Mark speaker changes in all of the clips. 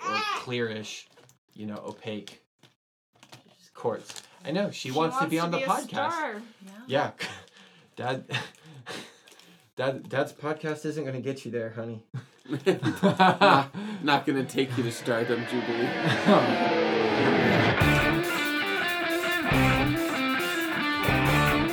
Speaker 1: Ah! clearish, you know, opaque quartz. I know she, wants, to be on the podcast. Yeah, dad, dad, dad's podcast isn't gonna get you there, honey.
Speaker 2: not, not gonna take you to stardom, Jubilee.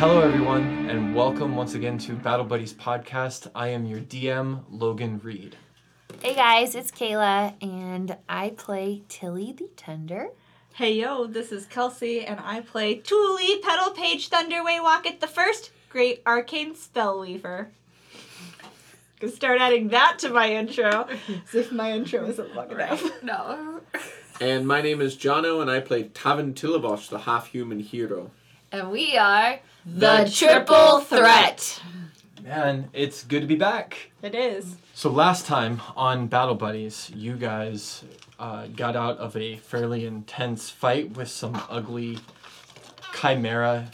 Speaker 1: Hello, everyone, and welcome once again to Battle Buddies podcast. I am your DM, Logan Reed.
Speaker 3: Hey guys, it's Kayla, and I play Tilly the Tender.
Speaker 4: Hey yo, this is Kelsey, and I play Thule Petal Page Thunderway Walketh the First, Great Arcane Spellweaver. Gonna start adding that to my intro, as if my intro isn't long enough.
Speaker 5: No.
Speaker 2: And my name is Jono, and I play Tavin Tilibosh, the half-human hero.
Speaker 5: And we are
Speaker 3: The Triple Threat.
Speaker 1: Man, it's good to be back.
Speaker 4: It is.
Speaker 1: So last time on Battle Buddies, you guys uh, got out of a fairly intense fight with some ugly chimera.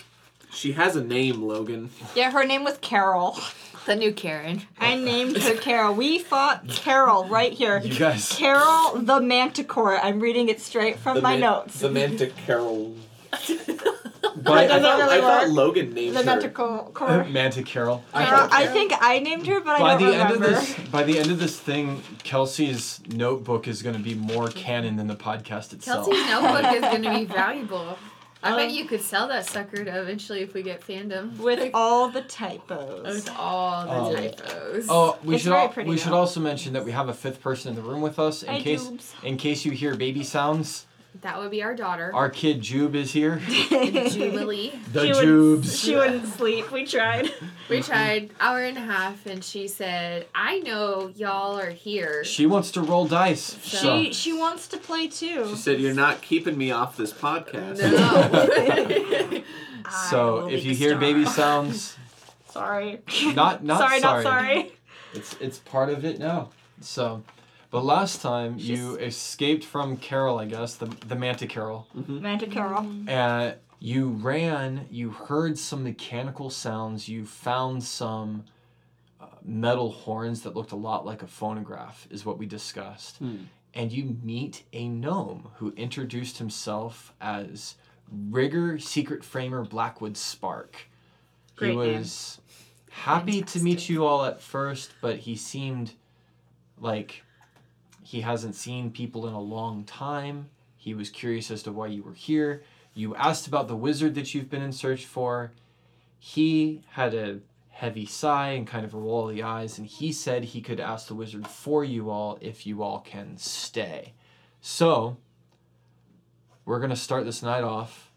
Speaker 2: She has a name, Logan.
Speaker 4: Yeah, her name was Carol.
Speaker 5: the new Karen.
Speaker 4: I named her Carol. We fought Carol right here.
Speaker 1: You guys,
Speaker 4: Carol the Manticore. I'm reading it straight from my notes.
Speaker 2: The Mantic Carol. I,
Speaker 1: but
Speaker 4: Doesn't
Speaker 2: thought,
Speaker 4: really
Speaker 2: I thought
Speaker 4: work.
Speaker 2: Logan named
Speaker 4: the
Speaker 2: her.
Speaker 4: Manticore.
Speaker 1: Manticarol.
Speaker 4: Carol,
Speaker 2: thought-
Speaker 4: I think I named her, but I
Speaker 1: by
Speaker 4: don't
Speaker 1: the
Speaker 4: remember.
Speaker 1: end of this by the end of this thing kelsey's notebook is going to be more canon than the podcast itself
Speaker 5: Kelsey's notebook is going to be valuable. I bet you could sell that sucker to eventually if we get fandom.
Speaker 4: with
Speaker 5: Like,
Speaker 4: all the typos.
Speaker 5: with all
Speaker 1: Oh.
Speaker 5: the typos.
Speaker 1: oh we
Speaker 4: It's
Speaker 1: should
Speaker 4: very
Speaker 1: al- we
Speaker 4: pretty
Speaker 1: should
Speaker 4: though.
Speaker 1: also mention that we have a fifth person in the room with us in
Speaker 4: Hi,
Speaker 1: case
Speaker 4: Jubes.
Speaker 1: in case you hear baby sounds
Speaker 5: That would be our daughter,
Speaker 1: our kid jube is here
Speaker 5: Jubilee.
Speaker 1: the
Speaker 4: she Wouldn't,
Speaker 1: jubes
Speaker 4: she wouldn't sleep. We tried.
Speaker 5: We tried hour and a half, and she said, "I know y'all are here."
Speaker 1: she wants to roll dice so
Speaker 4: She she wants to play too.
Speaker 2: She said, "You're not keeping me off this podcast."
Speaker 5: no.
Speaker 4: I
Speaker 1: so
Speaker 4: will
Speaker 1: if
Speaker 4: be
Speaker 1: you
Speaker 4: the
Speaker 1: hear
Speaker 4: star.
Speaker 1: baby sounds
Speaker 4: sorry.
Speaker 1: not not
Speaker 4: sorry,
Speaker 1: sorry,
Speaker 4: not sorry.
Speaker 1: it's it's part of it now so but last time you escaped from carol i guess the the manta carol
Speaker 4: Mm-hmm. Magic Carol.
Speaker 1: Uh, you ran, you heard some mechanical sounds, you found some uh, metal horns that looked a lot like a phonograph, is what we discussed. And you meet a gnome who introduced himself as Rigger Secret Framer Blackwood Spark.
Speaker 4: Great
Speaker 1: he
Speaker 4: name.
Speaker 1: was happy to meet you all at first, but he seemed like he hasn't seen people in a long time. He was curious as to why you were here. You asked about the wizard that you've been in search for. He had a heavy sigh and kind of a roll of the eyes, and he said he could ask the wizard for you all if you all can stay. So, we're going to start this night off.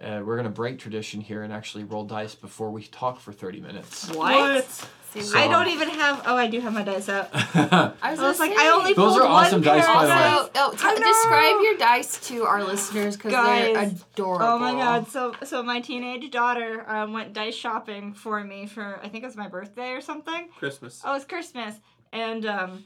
Speaker 1: Uh, we're going to break tradition here and actually roll dice before we talk for 30 minutes.
Speaker 4: What?
Speaker 1: So-
Speaker 4: I don't e- even have. Oh, I do have my dice out.
Speaker 5: I was,
Speaker 4: I was
Speaker 5: gonna
Speaker 4: like,
Speaker 5: say-
Speaker 4: I only.
Speaker 1: Those
Speaker 4: pulled
Speaker 1: are awesome
Speaker 4: one
Speaker 1: dice,
Speaker 4: pair
Speaker 1: by
Speaker 4: of
Speaker 1: the way.
Speaker 4: dice.
Speaker 5: So, oh, t-
Speaker 4: I know.
Speaker 5: describe your dice to our listeners because they're
Speaker 4: Guys.
Speaker 5: adorable.
Speaker 4: Oh my god! So, so my teenage daughter um, went dice shopping for me for I think it was my birthday or something.
Speaker 2: Christmas.
Speaker 4: Oh, it's Christmas. And um,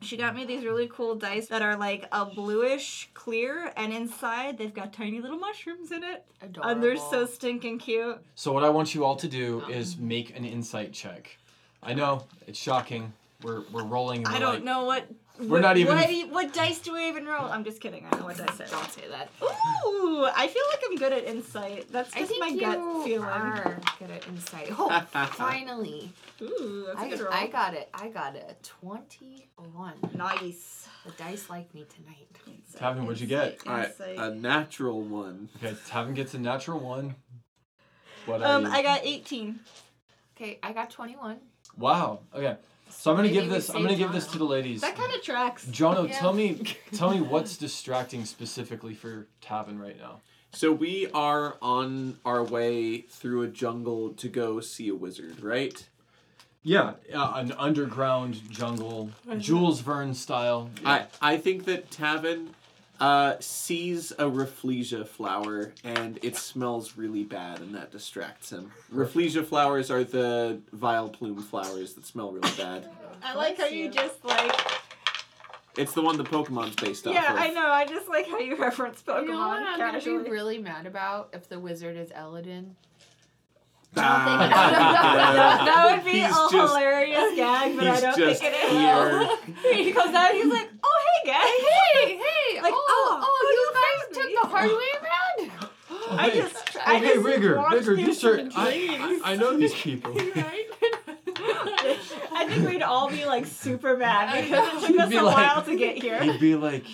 Speaker 4: she got me these really cool dice that are like a bluish clear, and inside they've got tiny little mushrooms in it.
Speaker 5: Adorable.
Speaker 4: And Oh, they're so stinking cute.
Speaker 1: So what I want you all to do is make an insight check. I know it's shocking. We're we're rolling. And
Speaker 4: I
Speaker 1: we're
Speaker 4: don't
Speaker 1: like-
Speaker 4: know what.
Speaker 1: We're
Speaker 4: what-
Speaker 1: not even-
Speaker 4: What, do you- what dice do we even roll? I'm just kidding. I know what dice I roll.
Speaker 5: Don't say that.
Speaker 4: Ooh, I feel like I'm good at insight. That's
Speaker 5: I
Speaker 4: just
Speaker 5: think
Speaker 4: my
Speaker 5: you
Speaker 4: gut feeling.
Speaker 5: are good at insight. Oh, finally.
Speaker 4: Ooh, that's a
Speaker 5: I,
Speaker 4: good roll.
Speaker 5: I got it. I got it. 21.
Speaker 4: nice.
Speaker 5: The dice like me tonight.
Speaker 1: Tavin, what'd you get?
Speaker 4: Insight,
Speaker 2: All right,
Speaker 4: insight.
Speaker 2: a natural one.
Speaker 1: Okay, Tavin gets a natural one. What are
Speaker 4: Um,
Speaker 1: you?
Speaker 4: I got 18.
Speaker 5: Okay, I got 21.
Speaker 1: Wow. Okay. So I'm gonna
Speaker 5: Maybe
Speaker 1: give
Speaker 5: we
Speaker 1: this. I'm
Speaker 5: save
Speaker 1: gonna give this
Speaker 5: Jono.
Speaker 1: to the ladies.
Speaker 4: That kind of tracks.
Speaker 1: Jono,
Speaker 5: Yeah.
Speaker 1: tell me, tell me what's distracting specifically for Tavin right now.
Speaker 2: So we are on our way through a jungle to go see a wizard, right?
Speaker 1: Yeah, uh, an underground jungle, Jules Verne style.
Speaker 2: I I think that Tavin uh, sees a Rafflesia flower and it smells really bad and that distracts him. Rafflesia flowers are the vile plume flowers that smell really bad.
Speaker 4: I like how you just like.
Speaker 2: It's the one the Pokemon's based off
Speaker 4: Yeah,
Speaker 2: of.
Speaker 4: I know. I just like how you reference Pokemon
Speaker 5: You know what I'm gonna
Speaker 4: Oh, casually.
Speaker 5: be really mad about if the wizard is Eladin.
Speaker 4: that,
Speaker 2: Ah.
Speaker 4: that would be
Speaker 2: He's
Speaker 4: a
Speaker 2: just-
Speaker 4: hilarious gag, but I
Speaker 2: he's
Speaker 4: don't
Speaker 2: just
Speaker 4: think it is. he goes out. He's like, "Oh, hey, guys."
Speaker 5: Hey, hey!
Speaker 4: Like,
Speaker 5: oh,
Speaker 4: oh,
Speaker 5: oh,
Speaker 4: oh, you
Speaker 5: you guys
Speaker 4: found me.
Speaker 5: took the hard way around.
Speaker 4: I
Speaker 1: Hey,
Speaker 4: just,
Speaker 1: oh,
Speaker 4: I
Speaker 1: hey,
Speaker 4: just
Speaker 1: Rigger,
Speaker 4: watched
Speaker 1: Rigger,
Speaker 4: you
Speaker 1: you certain.
Speaker 4: from
Speaker 1: I, I I know these people.
Speaker 4: I think we'd all be like super mad because it took
Speaker 1: You'd
Speaker 4: us
Speaker 1: be
Speaker 4: a
Speaker 1: like-
Speaker 4: while to get here.
Speaker 1: He'd be like,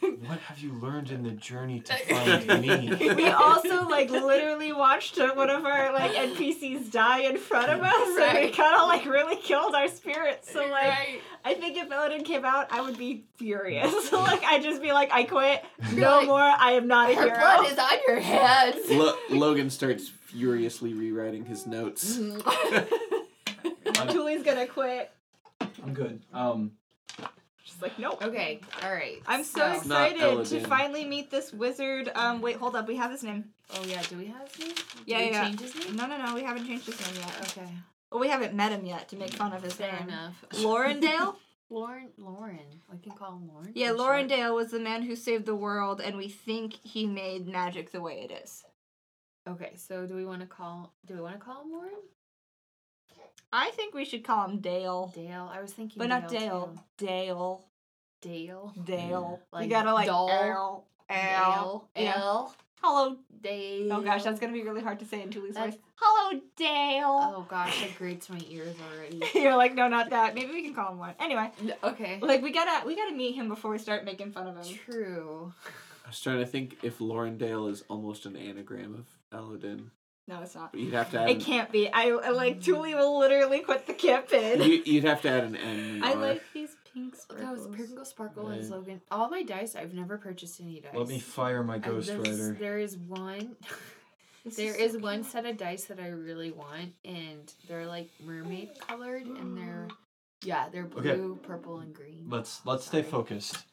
Speaker 1: "What have you learned in the journey to find me?"
Speaker 4: We also like literally watched one of our like NPCs die in front of us, and we
Speaker 5: Right.
Speaker 4: kind of like really killed our spirits. So like,
Speaker 5: Right.
Speaker 4: I think if Odin came out, I would be furious. like I'd just be like, I quit. No
Speaker 5: Really?
Speaker 4: more. I am not a
Speaker 5: Her
Speaker 4: hero.
Speaker 5: blood is on your hands.
Speaker 2: Lo- Logan starts furiously rewriting his notes.
Speaker 5: Mm-hmm.
Speaker 4: Julie's gonna quit.
Speaker 1: I'm good. Um,
Speaker 4: She's like, no.
Speaker 5: okay, all right.
Speaker 4: I'm so
Speaker 5: So-
Speaker 2: not
Speaker 4: excited to
Speaker 2: Elodin.
Speaker 4: finally meet this wizard. Um, wait, hold up. We have his name.
Speaker 5: Oh yeah, do we have his name? Did
Speaker 4: Yeah,
Speaker 5: we
Speaker 4: yeah.
Speaker 5: Change his name?
Speaker 4: No, no, no. We haven't changed his name yet.
Speaker 5: Okay,
Speaker 4: Well, we haven't met him yet to make fun of his
Speaker 5: fair
Speaker 4: name.
Speaker 5: enough.
Speaker 4: Laurendale?
Speaker 5: Lauren, Lauren. I can call him Lauren.
Speaker 4: Yeah,
Speaker 5: for short.
Speaker 4: Laurendale was the man who saved the world, and we think he made magic the way it is.
Speaker 5: Okay, so do we want to call? Do we want to call him Lauren?
Speaker 4: I think we should call him Dale.
Speaker 5: Dale. I was thinking.
Speaker 4: But not Dale.
Speaker 5: Dale.
Speaker 4: Dale.
Speaker 5: too. Dale.
Speaker 4: Dale.
Speaker 5: Like
Speaker 4: you gotta like
Speaker 5: doll.
Speaker 4: L. L.
Speaker 5: Dale.
Speaker 4: Yeah.
Speaker 5: L.
Speaker 4: Hello.
Speaker 5: Dale.
Speaker 4: Oh gosh, that's gonna be really hard to say in Julie's
Speaker 5: That's-
Speaker 4: voice. Hello, Dale.
Speaker 5: Oh gosh, that grates my ears already.
Speaker 4: You're like, no, not that. Maybe we can call him one. Anyway,
Speaker 5: N- okay.
Speaker 4: like we gotta we gotta meet him before we start making fun of him.
Speaker 5: True.
Speaker 2: I was trying to think if Laurendale is almost an anagram of Elodin.
Speaker 4: No, it's not.
Speaker 2: But you'd have to add
Speaker 4: It
Speaker 2: an,
Speaker 4: can't be. I, I like Julie will literally quit the campaign.
Speaker 2: you, you'd have to add an N. and an
Speaker 4: I
Speaker 2: R.
Speaker 4: like these pink
Speaker 5: That was
Speaker 4: sparkles.
Speaker 5: Pringle Sparkle and
Speaker 1: Right.
Speaker 5: Slogan. All my dice, I've never purchased any dice.
Speaker 1: let me fire my
Speaker 5: I-
Speaker 1: ghost
Speaker 5: there's-
Speaker 1: rider.
Speaker 5: There is one.
Speaker 4: This
Speaker 5: There
Speaker 4: so
Speaker 5: is one
Speaker 4: cute.
Speaker 5: set of dice that I really want, and they're like mermaid colored, and they're yeah, they're
Speaker 1: Okay.
Speaker 5: blue, purple, and green.
Speaker 1: Let's let's stay
Speaker 5: Sorry.
Speaker 1: focused.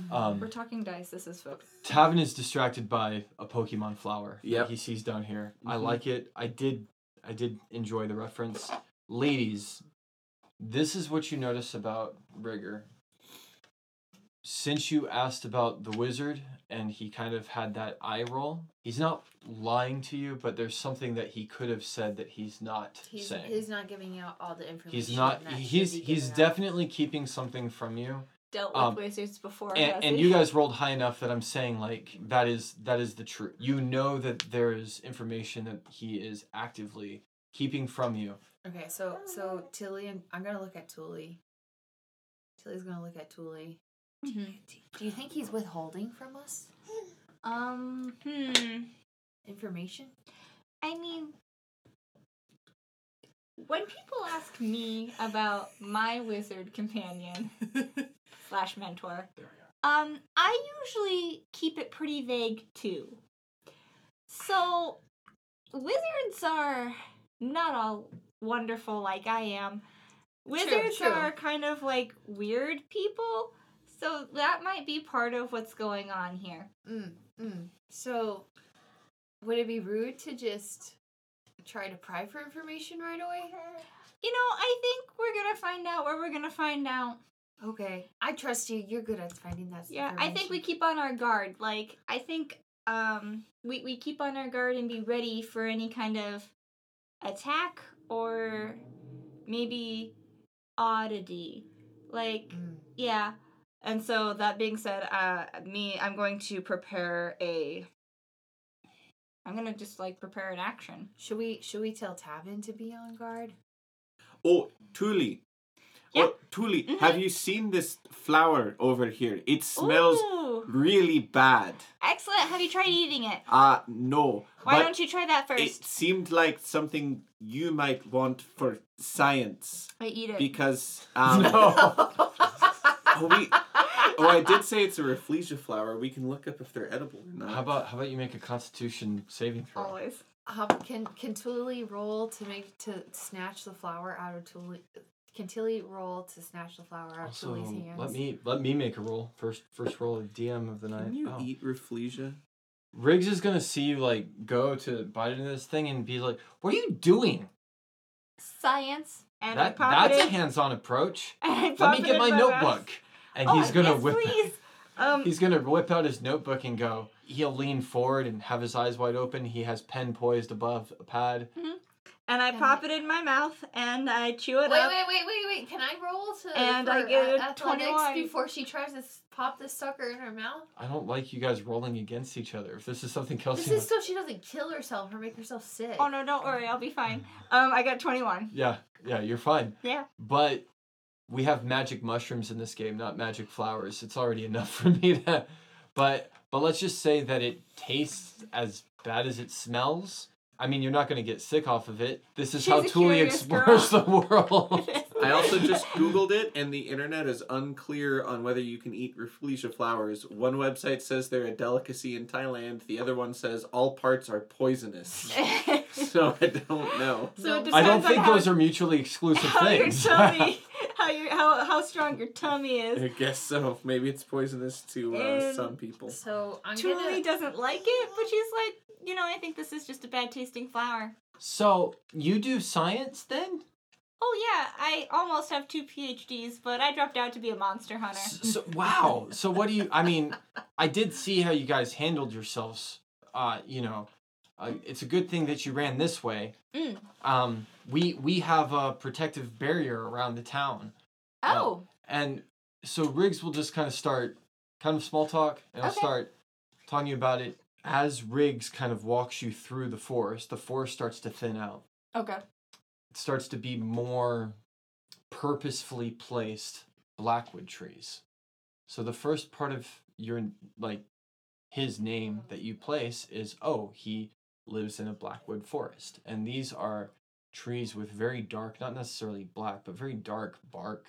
Speaker 5: Mm-hmm.
Speaker 4: We're
Speaker 1: Um,
Speaker 4: talking dice. This is folks.
Speaker 1: Tavin is distracted by a Pokemon flower. Yeah,
Speaker 2: Yep.
Speaker 1: he sees down here. I
Speaker 2: Mhm.
Speaker 1: like it. I did I did enjoy the reference. Ladies, this is what you notice about Rigger. Since you asked about the wizard and he kind of had that eye roll, he's not lying to you, but there's something that he could have said that he's not
Speaker 5: He's,
Speaker 1: saying.
Speaker 5: he's not giving out all the information.
Speaker 1: he's not
Speaker 5: that
Speaker 1: he's
Speaker 5: should be
Speaker 1: he's
Speaker 5: given out.
Speaker 1: definitely keeping something from you
Speaker 4: Dealt with
Speaker 1: Um,
Speaker 4: wizards before.
Speaker 1: and,
Speaker 4: has
Speaker 1: and
Speaker 4: he?
Speaker 1: you guys rolled high enough that I'm saying like that is that is the truth. You know that there is information that he is actively keeping from you.
Speaker 5: Okay, so so Tilly and I'm gonna look at Tully. Tilly's gonna look at Tully.
Speaker 4: Mhm.
Speaker 5: Do you think he's withholding from us
Speaker 4: Um. Hmm.
Speaker 5: information?
Speaker 4: I mean, when people ask me about my wizard companion slash mentor, um, I usually keep it pretty vague too. So, wizards are not all wonderful like I am. Wizards
Speaker 5: true.
Speaker 4: are kind of like weird people, so that might be part of what's going on here.
Speaker 5: Mm, mm. So, would it be rude to just try to pry for information right away?
Speaker 4: You know, I think we're gonna find out where we're gonna find out.
Speaker 5: Okay, I trust you. You're good at finding that.
Speaker 4: Yeah, I think we keep on our guard. Like I think um we we keep on our guard and be ready for any kind of attack or maybe oddity. Like
Speaker 5: information.
Speaker 4: yeah. And so that being said, uh me I'm going to prepare a I'm going to just like prepare an action.
Speaker 5: Should we should we tell Tavin to be on guard?
Speaker 2: Oh, Tuli.
Speaker 4: Yeah. Mm-hmm.
Speaker 2: Oh, Tuli, have you seen this flower over here? It smells
Speaker 4: Ooh,
Speaker 2: really bad.
Speaker 4: excellent. Have you tried eating it?
Speaker 2: Uh, no.
Speaker 4: Why
Speaker 2: but
Speaker 4: don't you try that
Speaker 2: it
Speaker 4: first?
Speaker 2: seemed like something you might want for science
Speaker 4: I eat it.
Speaker 2: because um,
Speaker 1: No.
Speaker 2: oh, we oh, I did say it's a Rafflesia flower. We can look up if they're edible or not.
Speaker 1: How about how about you make a Constitution saving throw?
Speaker 4: Always.
Speaker 5: Um, can can Tuli roll to make to snatch the flower out of Tuli? Can Tilly roll to snatch the flower out
Speaker 1: Also,
Speaker 5: of Tuli's hands?
Speaker 1: let me let me make a roll first. First roll of DM of the night.
Speaker 2: Can you
Speaker 1: Oh.
Speaker 2: eat Rafflesia?
Speaker 1: Riggs is gonna see you like go to bite into this thing and be like, "What are you doing?"
Speaker 3: Science.
Speaker 4: And I
Speaker 1: that
Speaker 4: pop
Speaker 1: that's
Speaker 4: it
Speaker 1: a
Speaker 4: in.
Speaker 1: hands-on approach.
Speaker 4: and I
Speaker 1: Let
Speaker 4: pop
Speaker 1: me
Speaker 4: it
Speaker 1: get
Speaker 4: in
Speaker 1: my,
Speaker 4: mouth.
Speaker 1: notebook. And
Speaker 4: Oh,
Speaker 1: he's gonna
Speaker 4: yes,
Speaker 1: whip.
Speaker 4: please. Um,
Speaker 1: He's gonna whip out his notebook and go. He'll lean forward and have his eyes wide open. He has pen poised above a pad.
Speaker 4: and I
Speaker 5: Got
Speaker 4: pop it in my mouth and I chew it
Speaker 5: Wait,
Speaker 4: up.
Speaker 5: wait, wait, wait, wait! Can I roll to
Speaker 4: And
Speaker 5: for
Speaker 4: I get
Speaker 5: a-
Speaker 4: a
Speaker 5: athletics
Speaker 4: 21.
Speaker 5: before she tries to s- pop this sucker in her mouth?
Speaker 1: I don't like you guys rolling against each other. If this is something Kelsey,
Speaker 5: This is so she doesn't kill herself or make herself sick.
Speaker 4: Oh no, don't worry, I'll be fine. Um, I got 21.
Speaker 1: yeah, yeah, you're fine.
Speaker 4: Yeah.
Speaker 1: But we have magic mushrooms in this game, not magic flowers. It's already enough for me to. But but let's just say that it tastes as bad as it smells. I mean, you're not gonna get sick off of it. This is
Speaker 4: She's
Speaker 1: how
Speaker 4: a
Speaker 1: Thule
Speaker 4: curious
Speaker 1: explores the world.
Speaker 2: I also just googled it, and the internet is unclear on whether you can eat Rafflesia flowers. One website says they're a delicacy in Thailand. The other one says all parts are poisonous. so I don't know.
Speaker 4: so it
Speaker 5: Nope.
Speaker 4: depends
Speaker 1: I don't
Speaker 4: on
Speaker 1: think
Speaker 4: how,
Speaker 1: those are mutually exclusive
Speaker 4: how your
Speaker 1: things.
Speaker 4: tummy, how your how how strong your tummy is.
Speaker 2: I guess so. Maybe it's poisonous to uh,
Speaker 4: And-
Speaker 2: some people.
Speaker 5: So I'm
Speaker 4: Tuli
Speaker 5: gonna.
Speaker 4: doesn't like it, but she's like, you know, I think this is just a bad tasting flower.
Speaker 1: so you do science then?
Speaker 4: Oh yeah, I almost have two PhDs, but I dropped out to be a monster hunter.
Speaker 1: S- So, wow. So what do you? I mean, I did see how you guys handled yourselves. Uh, you know, uh, it's a good thing that you ran this way.
Speaker 4: Mm.
Speaker 1: Um, we we have a protective barrier around the town,
Speaker 4: Oh,
Speaker 1: and so Riggs will just kind of start kind of small talk, and I'll
Speaker 4: Okay.
Speaker 1: start talking to you about it as Riggs kind of walks you through the forest. The forest starts to thin out.
Speaker 4: okay.
Speaker 1: It starts to be more purposefully placed blackwood trees. So the first part of your like his name that you place is oh he lives in a blackwood forest and these are trees with very dark not necessarily black but very dark bark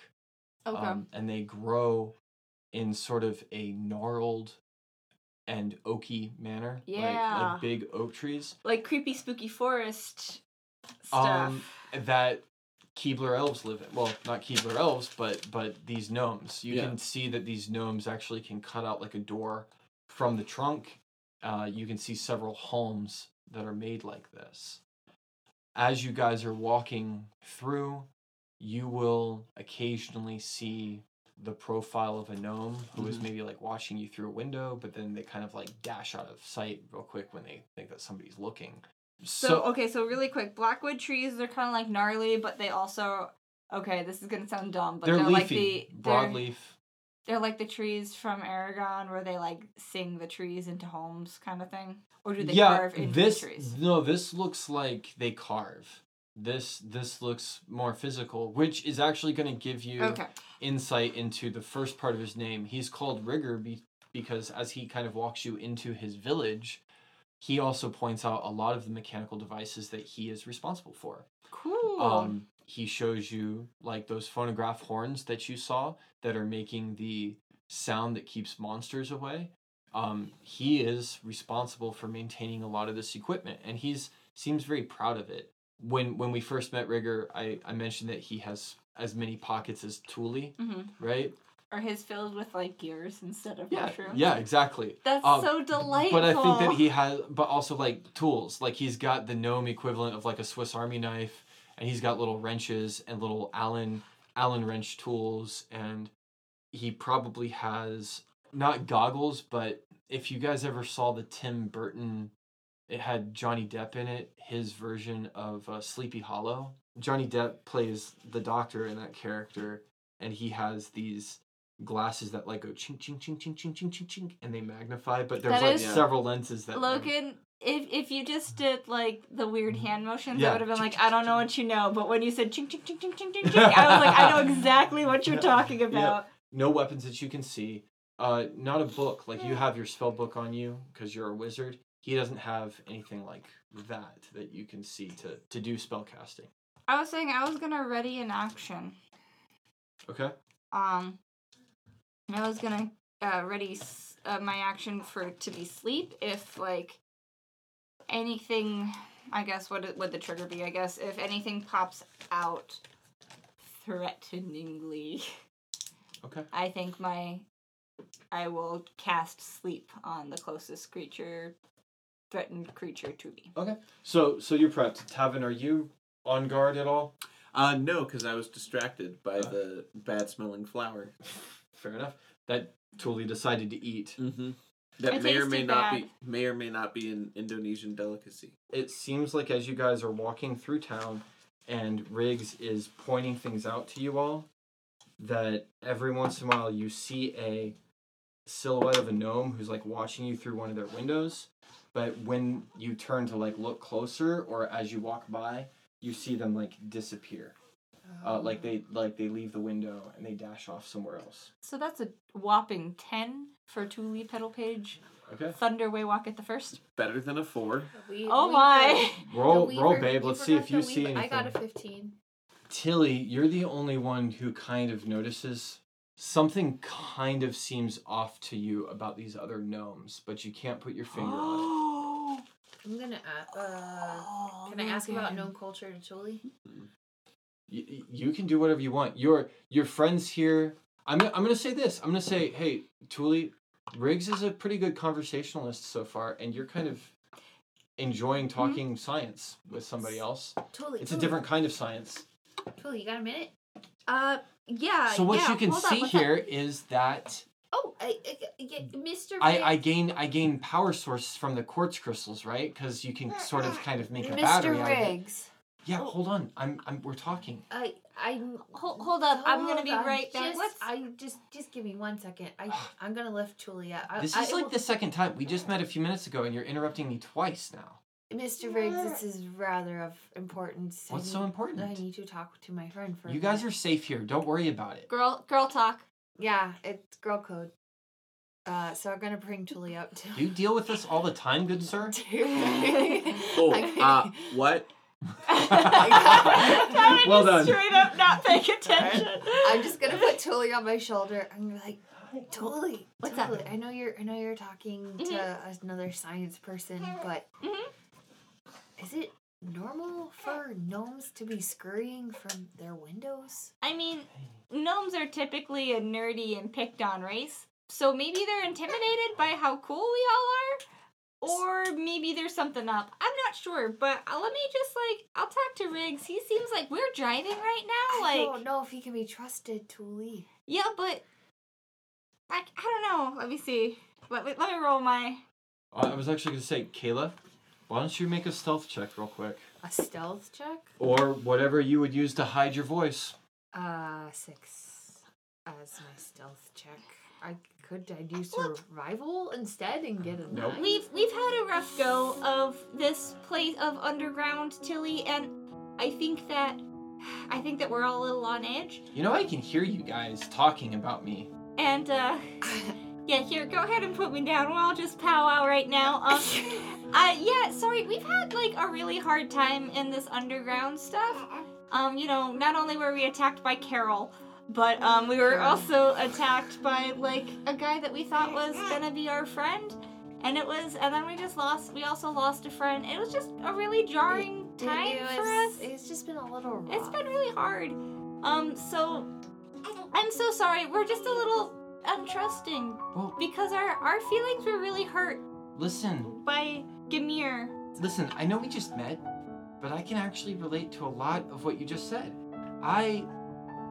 Speaker 4: Okay.
Speaker 1: um, and they grow in sort of a gnarled and oaky manner like-
Speaker 4: Yeah.
Speaker 1: like big oak trees
Speaker 4: like creepy spooky forest stuff.
Speaker 1: um, that Keebler elves live in. Well, not Keebler elves, but but these gnomes. You
Speaker 2: Yeah.
Speaker 1: can see that these gnomes actually can cut out like a door from the trunk. Uh, you can see several homes that are made like this. As you guys are walking through, you will occasionally see the profile of a gnome who is
Speaker 2: Mhm.
Speaker 1: maybe like watching you through a window, but then they kind of like dash out of sight real quick when they think that somebody's looking.
Speaker 4: So, okay, so really quick, blackwood trees they're kind of like gnarly, but they also okay. This is gonna sound dumb, but
Speaker 1: they're,
Speaker 4: they're, like the
Speaker 1: leafy,
Speaker 4: they're,
Speaker 1: broadleaf.
Speaker 4: They're like the trees from Aragon, where they like sing the trees into homes, kind of thing. Or do they carve into the
Speaker 1: this
Speaker 4: trees?
Speaker 1: no, this looks like they carve. This this looks more physical, which is actually going to give you
Speaker 4: Okay.
Speaker 1: insight into the first part of his name. He's called Rigger be- because as he kind of walks you into his village, he also points out a lot of the mechanical devices that he is responsible for.
Speaker 4: Cool.
Speaker 1: Um, he shows you like those phonograph horns that you saw that are making the sound that keeps monsters away. Um, he is responsible for maintaining a lot of this equipment, and he's seems very proud of it. When when we first met Rigger, I, I mentioned that he has as many pockets as Thule,
Speaker 4: hmm
Speaker 1: right?
Speaker 4: Are his filled with like gears instead of
Speaker 1: Yeah,
Speaker 4: mushrooms?
Speaker 1: yeah, exactly.
Speaker 4: That's
Speaker 1: Um,
Speaker 4: so delightful.
Speaker 1: But I think that he has, but also like tools. Like he's got the gnome equivalent of like a Swiss Army knife, and he's got little wrenches and little Allen Allen wrench tools, and he probably has not goggles, but if you guys ever saw the Tim Burton, it had Johnny Depp in it, his version of uh, Sleepy Hollow. Johnny Depp plays the doctor in that character, and he has these glasses that like go chink chink chink chink chink chink chink chink and they magnify but there's
Speaker 4: That
Speaker 1: like
Speaker 4: is-
Speaker 1: several lenses that
Speaker 4: Logan, if if you just did like the weird hand motions,
Speaker 1: Yeah.
Speaker 4: I would have been like, I don't know what you know. But when you said ching ching ching ching ching ching, ching I was like, I know exactly what you're talking about.
Speaker 1: no weapons that you can see uh not a book like you have your spell book on you because you're a wizard he doesn't have anything like that that you can see to to do spell casting
Speaker 4: I was saying I was gonna ready an action.
Speaker 1: okay
Speaker 4: Um, I was gonna uh, ready s- uh, my action for to be sleep if like anything. I guess what it- would the trigger be? I guess if anything pops out threateningly,
Speaker 1: Okay.
Speaker 4: I think my I will cast sleep on the closest creature, threatened creature to me.
Speaker 1: Okay. So so you're prepped. Tavin, are you on guard at all?
Speaker 2: Uh, no, because I was distracted by
Speaker 1: Uh.
Speaker 2: the bad smelling flower.
Speaker 1: Fair enough. That Tuli decided to eat.
Speaker 2: Mm-hmm. That
Speaker 4: It
Speaker 2: may or may
Speaker 4: tasted
Speaker 2: not
Speaker 4: bad.
Speaker 2: be may or may not be an Indonesian delicacy.
Speaker 1: It seems like as you guys are walking through town and Riggs is pointing things out to you all, that every once in a while you see a silhouette of a gnome who's like watching you through one of their windows. But when you turn to like look closer or as you walk by, you see them like disappear. Uh, like they like they leave the window and they dash off somewhere else.
Speaker 4: So that's a whopping ten for Tuli Petal Page
Speaker 1: Okay.
Speaker 4: Thunder Waywalk at the first.
Speaker 2: Better than a four.
Speaker 5: We-
Speaker 4: Oh
Speaker 5: we
Speaker 4: my!
Speaker 1: Roll,
Speaker 5: The
Speaker 1: roll,
Speaker 5: Weaver-
Speaker 1: babe.
Speaker 5: we
Speaker 1: Let's see
Speaker 5: forgot
Speaker 1: if you
Speaker 5: the
Speaker 1: see
Speaker 5: Weaver.
Speaker 1: anything.
Speaker 5: I got a 15.
Speaker 1: Tilly, you're the only one who kind of notices something. Kind of seems off to you about these other gnomes, but you can't put your finger on it.
Speaker 5: I'm gonna ask. Uh,
Speaker 4: Oh,
Speaker 5: can I ask about
Speaker 4: man.
Speaker 5: gnome culture to Julie?
Speaker 1: You, you can do whatever you want. Your your friends here. I'm gonna, I'm gonna say this. I'm gonna say, hey, Tuli, Riggs is a pretty good conversationalist so far, and you're kind of enjoying
Speaker 4: Mm-hmm.
Speaker 1: talking science with somebody else.
Speaker 5: Totally.
Speaker 1: It's a different kind of science.
Speaker 5: Totally. You got a minute?
Speaker 4: Uh, yeah.
Speaker 1: so what
Speaker 4: yeah,
Speaker 1: you can
Speaker 4: hold on,
Speaker 1: see
Speaker 4: what's up?
Speaker 1: here is that
Speaker 5: Oh, I, I, yeah, Mr.
Speaker 1: I,
Speaker 5: Riggs-
Speaker 1: I gain I gain power sources from the quartz crystals, right? Because you can sort of kind of make a battery
Speaker 3: Mr.
Speaker 1: out of it.
Speaker 3: Riggs.
Speaker 1: Yeah,
Speaker 5: Oh.
Speaker 1: hold on. I'm I'm we're talking.
Speaker 5: I, I'm.
Speaker 4: Hold, hold up, I'm gonna
Speaker 5: hold
Speaker 4: be
Speaker 5: on,
Speaker 4: right back.
Speaker 5: Just,
Speaker 4: What's-
Speaker 5: I just, just give me one second. I, I'm gonna lift Julie up. I,
Speaker 1: This
Speaker 5: I,
Speaker 1: is like the second time. We just met a few minutes ago and you're interrupting me twice now.
Speaker 5: Mr. Riggs, this is rather of importance. I
Speaker 1: What's so
Speaker 5: need-
Speaker 1: important?
Speaker 5: I need to talk to my friend for. a
Speaker 1: You guys are
Speaker 5: minute.
Speaker 1: safe here. Don't worry about it.
Speaker 4: Girl, girl talk.
Speaker 5: Yeah, it's girl code. Uh, so I'm gonna bring Julie up too.
Speaker 1: You deal with this all the time, good sir.
Speaker 2: Oh,
Speaker 5: oh,
Speaker 2: uh, what?
Speaker 4: Tavin
Speaker 1: Well
Speaker 4: is
Speaker 1: done.
Speaker 4: Straight up, not paying attention.
Speaker 5: I'm just gonna put Tuli on my shoulder. I'm gonna be like, Tuli, what's up? Mm-hmm. I know you're, I know you're talking to another science person, but
Speaker 4: Mhm.
Speaker 5: is it normal for gnomes to be scurrying from their windows?
Speaker 4: I mean, gnomes are typically a nerdy and picked on race, so maybe they're intimidated by how cool we all are, or maybe there's something up. I'm not sure, but uh, let me just like I'll talk to Riggs. He seems like we're driving right now.
Speaker 5: I
Speaker 4: Like,
Speaker 5: don't know if he can be trusted, Tuli.
Speaker 4: yeah, but like I don't know. Let me see. Let me, let me roll my.
Speaker 1: I was actually gonna say, Kayla, why don't you make a stealth check real quick?
Speaker 5: A stealth check?
Speaker 1: Or whatever you would use to hide your voice.
Speaker 5: Uh, six as my stealth check. I could I do survival instead and get a
Speaker 1: Nope.
Speaker 5: nine?
Speaker 4: We've we've had a rough go of this place of underground Tilly, and I think that I think that we're all a little on edge.
Speaker 1: You know I can hear you guys talking about me.
Speaker 4: And uh yeah, here, go ahead and put me down. We'll all just powwow right now. Um uh yeah, sorry, we've had like a really hard time in this underground stuff. Um, you know, not only were we attacked by Carol, but um we were also attacked by like a guy that we thought was gonna be our friend. And it was and then we just lost we also lost a friend. It was just a really jarring
Speaker 5: It-
Speaker 4: time
Speaker 5: it
Speaker 4: for
Speaker 5: was-
Speaker 4: us.
Speaker 5: It's just been a little. Rough.
Speaker 4: It's been really hard. Um, so I'm so sorry. We're just a little untrusting
Speaker 1: Well,
Speaker 4: because our our feelings were really hurt
Speaker 1: listen,
Speaker 4: by Gamir.
Speaker 1: Listen, I know we just met, but I can actually relate to a lot of what you just said. I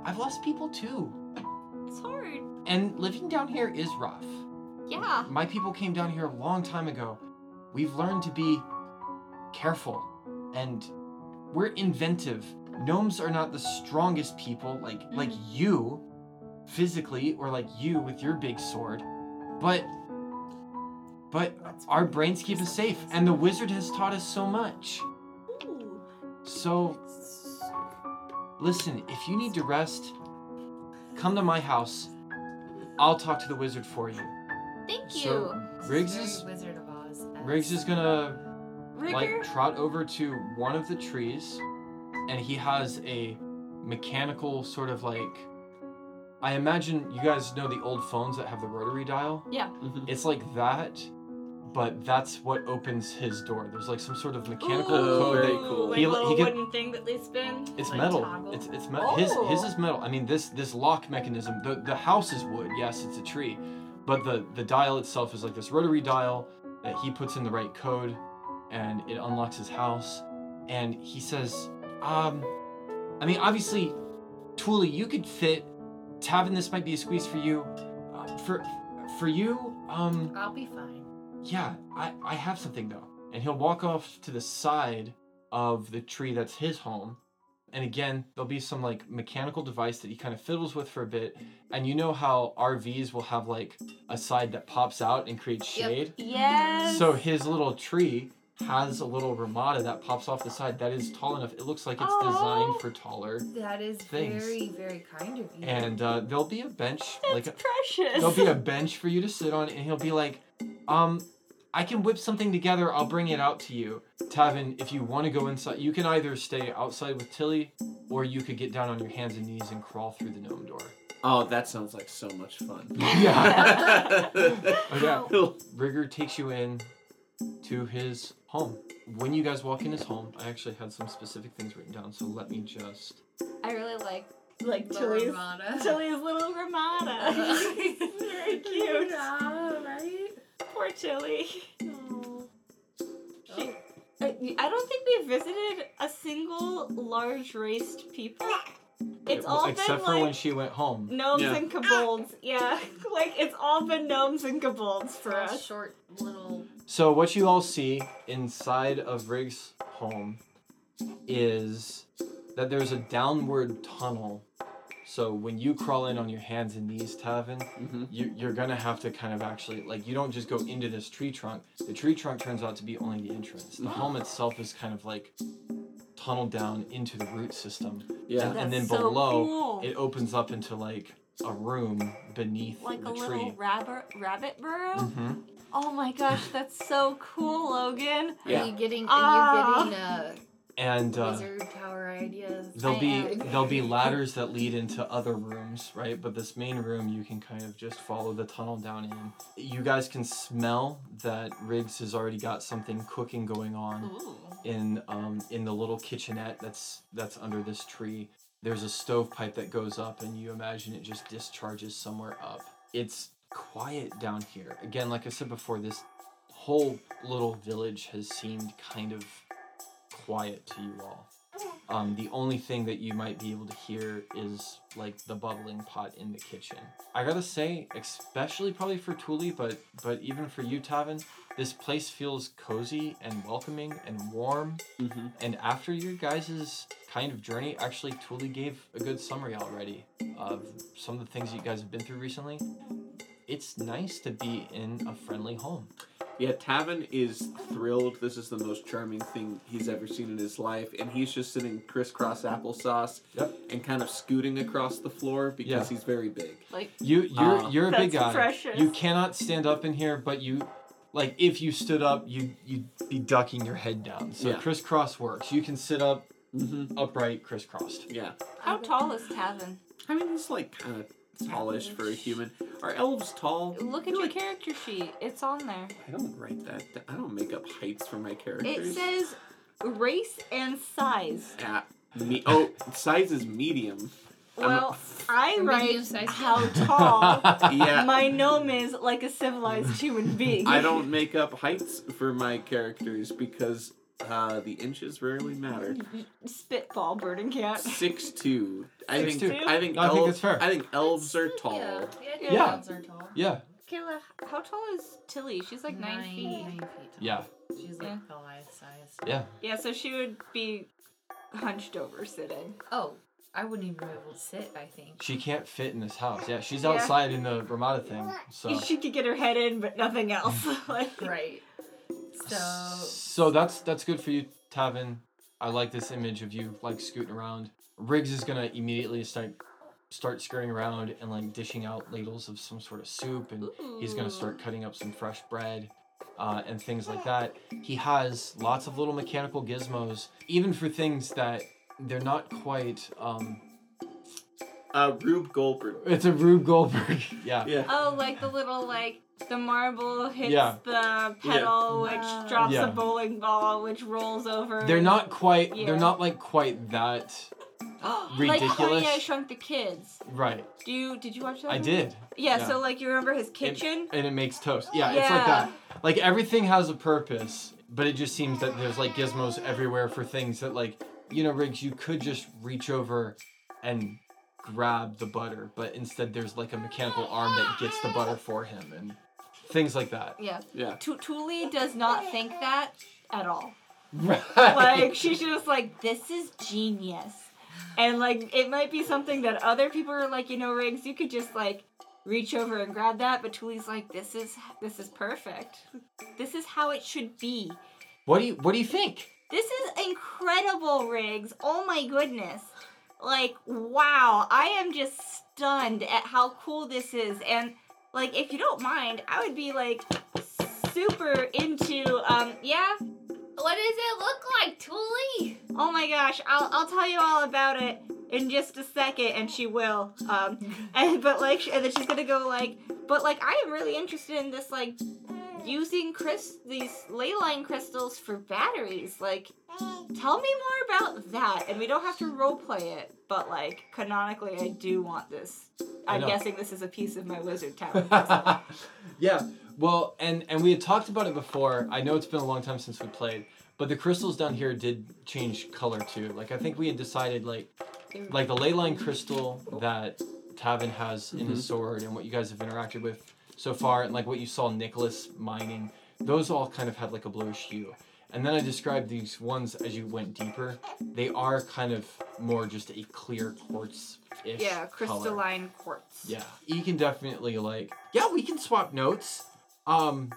Speaker 1: I've lost people too.
Speaker 4: It's hard.
Speaker 1: And living down here is rough.
Speaker 5: Ah.
Speaker 4: Yeah.
Speaker 1: My people came down here a long time ago. We've learned to be careful and we're inventive. Gnomes are not the strongest people like
Speaker 5: Mm.
Speaker 1: like you physically or like you with your big sword. But but
Speaker 5: That's
Speaker 1: our
Speaker 5: pretty
Speaker 1: brains keep us safe and the wizard has taught us so much.
Speaker 4: Ooh.
Speaker 1: So
Speaker 5: interesting.
Speaker 1: Listen, if you need to rest, come to my house. I'll talk to the wizard for you.
Speaker 4: Thank you.
Speaker 1: So Riggs
Speaker 5: Very
Speaker 1: is
Speaker 5: Wizard of Oz.
Speaker 1: Riggs is gonna
Speaker 4: Rigor.
Speaker 1: like trot over to one of the trees, and he has a mechanical sort of like I imagine you guys know the old phones that have the rotary dial.
Speaker 4: Yeah.
Speaker 2: Mhm.
Speaker 1: It's like that, but that's what opens his door. There's like some sort of mechanical
Speaker 4: Oh,
Speaker 2: Ooh.
Speaker 1: code
Speaker 2: very
Speaker 1: that
Speaker 2: cool.
Speaker 4: Like
Speaker 1: He-
Speaker 4: a little
Speaker 1: he get-
Speaker 4: wooden thing that they spin.
Speaker 1: It's
Speaker 4: like
Speaker 1: metal.
Speaker 4: toggle.
Speaker 1: It's it's metal. His his
Speaker 4: Oh.
Speaker 1: is metal. I mean this this lock mechanism. The the house is wood. Yes, it's a tree, but the the dial itself is like this rotary dial that he puts in the right code, and it unlocks his house. And he says, um, I mean obviously, Thule, you could fit. Tavin, this might be a squeeze for you. Uh, for for you, um,
Speaker 5: I'll be fine.
Speaker 1: yeah, I, I have something though. And he'll walk off to the side of the tree that's his home. And again, there'll be some like mechanical device that he kind of fiddles with for a bit. And you know how RVs will have like a side that pops out and creates
Speaker 5: Yep.
Speaker 1: shade?
Speaker 4: Yes.
Speaker 1: So his little tree has a little ramada that pops off the side that is tall enough. It looks like it's
Speaker 4: Oh.
Speaker 1: designed for taller.
Speaker 5: That is
Speaker 1: Things.
Speaker 5: very, very kind of you.
Speaker 1: And uh, there'll be a bench, like a,
Speaker 4: precious.
Speaker 1: There'll be a bench for you to sit on, and he'll be like, um, I can whip something together. I'll bring it out to you. Tavin, if you want to go inside, you can either stay outside with Tilly, or you could get down on your hands and knees and crawl through the gnome door.
Speaker 2: Oh, that sounds like so much fun. Oh,
Speaker 1: Yeah.
Speaker 5: How-
Speaker 1: Rigger takes you in to his home. When you guys walk in his home, I actually had some specific things written down, so let me just.
Speaker 5: I really like
Speaker 4: like
Speaker 5: the
Speaker 4: Tilly's,
Speaker 5: Ramada.
Speaker 4: Tilly's little Ramada. Very cute.
Speaker 5: Yeah, right?
Speaker 4: Poor Tilly. She,
Speaker 5: Oh,
Speaker 4: I I don't think we visited a single large raced people. It's all
Speaker 1: Except
Speaker 4: been
Speaker 1: for
Speaker 4: like
Speaker 1: when she went home.
Speaker 4: gnomes
Speaker 2: Yeah.
Speaker 4: and kobolds. Yeah, like it's all been gnomes and kobolds for
Speaker 5: Small,
Speaker 4: us.
Speaker 5: short little
Speaker 1: So what you all see inside of Rig's home is that there's a downward tunnel. So when you crawl in on your hands and knees, Tavin,
Speaker 2: Mhm.
Speaker 1: you, you're gonna have to kind of actually like you don't just go into this tree trunk. The tree trunk turns out to be only the entrance. The home itself is kind of like tunneled down into the root system,
Speaker 2: Yeah.
Speaker 1: and, and then
Speaker 4: That's so
Speaker 1: below
Speaker 4: cool.
Speaker 1: it opens up into like a room beneath
Speaker 4: Like
Speaker 1: the
Speaker 4: a
Speaker 1: tree.
Speaker 4: little rabbit rabbit burrow.
Speaker 1: hmm
Speaker 4: Oh my gosh, that's so cool, Logan.
Speaker 5: Are
Speaker 2: Yeah.
Speaker 5: you getting
Speaker 4: Ah.
Speaker 5: are you getting uh,
Speaker 1: And uh,
Speaker 5: wizard tower ideas?
Speaker 1: There'll
Speaker 4: I
Speaker 1: be
Speaker 4: am.
Speaker 1: there'll be ladders that lead into other rooms, right? But this main room you can kind of just follow the tunnel down in. You guys can smell that Riggs has already got something cooking going on
Speaker 4: Ooh.
Speaker 1: in um in the little kitchenette that's that's under this tree. There's a stovepipe that goes up and you imagine it just discharges somewhere up. It's quiet down here. Again, like I said before, this whole little village has seemed kind of quiet to you all. Um, the only thing that you might be able to hear is like the bubbling pot in the kitchen. I gotta say, especially probably for Thule, but but even for you, Tavin, this place feels cozy and welcoming and warm.
Speaker 2: Mm-hmm.
Speaker 1: And after your guys' kind of journey, actually, Thule gave a good summary already of some of the things you guys have been through recently. It's nice to be in a friendly home.
Speaker 2: Yeah, Tavin is thrilled. This is the most charming thing he's ever seen in his life, and he's just sitting crisscross applesauce
Speaker 1: Yep.
Speaker 2: and kind of scooting across the floor because he's very big.
Speaker 4: Like
Speaker 1: You you're
Speaker 2: Ah.
Speaker 1: you're a big
Speaker 4: That's
Speaker 1: guy.
Speaker 4: precious.
Speaker 1: You cannot stand up in here, but you like if you stood up, you you'd be ducking your head down. So
Speaker 2: Yeah.
Speaker 1: crisscross works. You can sit up
Speaker 2: Mm-hmm.
Speaker 1: upright, crisscrossed.
Speaker 2: Yeah,
Speaker 4: how tall is Tavin?
Speaker 2: I mean he's like kind of tallish for a human. Are elves tall?
Speaker 4: Look at your character sheet. It's on there.
Speaker 2: I don't write that. down. I don't make up heights for my characters.
Speaker 4: It says race and size.
Speaker 2: Ah, me- oh, size is medium. I'm a-
Speaker 4: Well, I write
Speaker 5: medium-sized
Speaker 4: how tall
Speaker 2: yeah.
Speaker 4: my gnome is like a civilized human being.
Speaker 2: I don't make up heights for my characters because uh, the inches rarely matter.
Speaker 4: Spitball burden cat.
Speaker 2: Six two. I
Speaker 1: Six
Speaker 2: think
Speaker 1: two.
Speaker 2: I think
Speaker 1: No, I think
Speaker 2: elves,
Speaker 1: that's fair.
Speaker 2: I think elves are tall.
Speaker 5: Mm, Yeah,
Speaker 4: Yeah.
Speaker 1: Yeah.
Speaker 5: elves are tall.
Speaker 1: Yeah.
Speaker 4: Kayla, how tall is Tilly? She's like nine, feet.
Speaker 5: Nine feet.
Speaker 1: Yeah.
Speaker 5: tall. She's like
Speaker 4: Yeah.
Speaker 5: Goliath size.
Speaker 1: Yeah.
Speaker 4: Yeah, so she would be hunched over sitting.
Speaker 5: Oh, I wouldn't even be able to sit. I think.
Speaker 1: She can't fit in this house. Yeah, she's
Speaker 4: Yeah.
Speaker 1: outside in the Ramada thing. So
Speaker 4: She could get her head in, but nothing else. like,
Speaker 5: Right. So
Speaker 1: So that's that's good for you, Tavin. I like this image of you like scooting around. Riggs is gonna immediately start start scurrying around and like dishing out ladles of some sort of soup and He's gonna start cutting up some fresh bread uh, and things like that. He has lots of little mechanical gizmos, even for things that they're not quite um,
Speaker 2: Uh, Rube Goldberg.
Speaker 1: It's a Rube Goldberg. Yeah.
Speaker 2: Yeah.
Speaker 4: Oh, like the little like the marble hits
Speaker 1: Yeah.
Speaker 4: the pedal,
Speaker 5: Ah.
Speaker 4: which drops
Speaker 1: Yeah.
Speaker 4: a bowling ball, which rolls over.
Speaker 1: They're not quite.
Speaker 4: Yeah.
Speaker 1: They're not like quite that.
Speaker 4: Like how
Speaker 1: ridiculous.
Speaker 4: I Shrunk the Kids.
Speaker 1: Right.
Speaker 4: Do you did you watch that?
Speaker 1: I
Speaker 4: one?
Speaker 1: did.
Speaker 4: Yeah,
Speaker 1: Yeah.
Speaker 4: So like you remember his kitchen?
Speaker 1: And it makes toast. Yeah, It's like that. Like everything has a purpose, but it just seems that there's like gizmos everywhere for things that like you know Riggs. You could just reach over and grab the butter, but instead there's like a mechanical arm that gets the butter for him and things like that.
Speaker 4: yeah.
Speaker 2: Yeah.
Speaker 4: Tu- Tuli does not think that at all.
Speaker 1: Right.
Speaker 4: Like she's just like this is genius, and like it might be something that other people are like you know Riggs, you could just like reach over and grab that, but Tuli's like this is this is perfect. This is how it should be.
Speaker 1: What do you What do you think?
Speaker 4: This is incredible, Riggs. Oh my goodness. Like, wow. I am just stunned at how cool this is. And, like, if you don't mind, I would be, like, super into, um, yeah.
Speaker 3: What does it look like, Tuli?
Speaker 4: Oh my gosh. I'll, I'll tell you all about it in just a second. And she will. Um, and, but, like, and then she's gonna go, like, but, like, I am really interested in this, like, using crys- these ley line crystals for batteries. Like, tell me more about that. And we don't have to roleplay it, but like canonically, I do want this.
Speaker 1: I
Speaker 4: I'm
Speaker 1: know.
Speaker 4: guessing this is a piece of my wizard talent.
Speaker 1: yeah. Well, and and we had talked about it before. I know it's been a long time since we played, but the crystals down here did change color too. Like I think we had decided like like the ley line crystal that Tavin has in his sword and what you guys have interacted with so far and like what you saw Nicholas mining, those all kind of had like a bluish hue. And then I described these ones as you went deeper. They are kind of more just a clear quartz-ish.
Speaker 4: yeah,
Speaker 1: color.
Speaker 4: crystalline quartz.
Speaker 1: Yeah, you can definitely like. Yeah, we can swap notes. Um,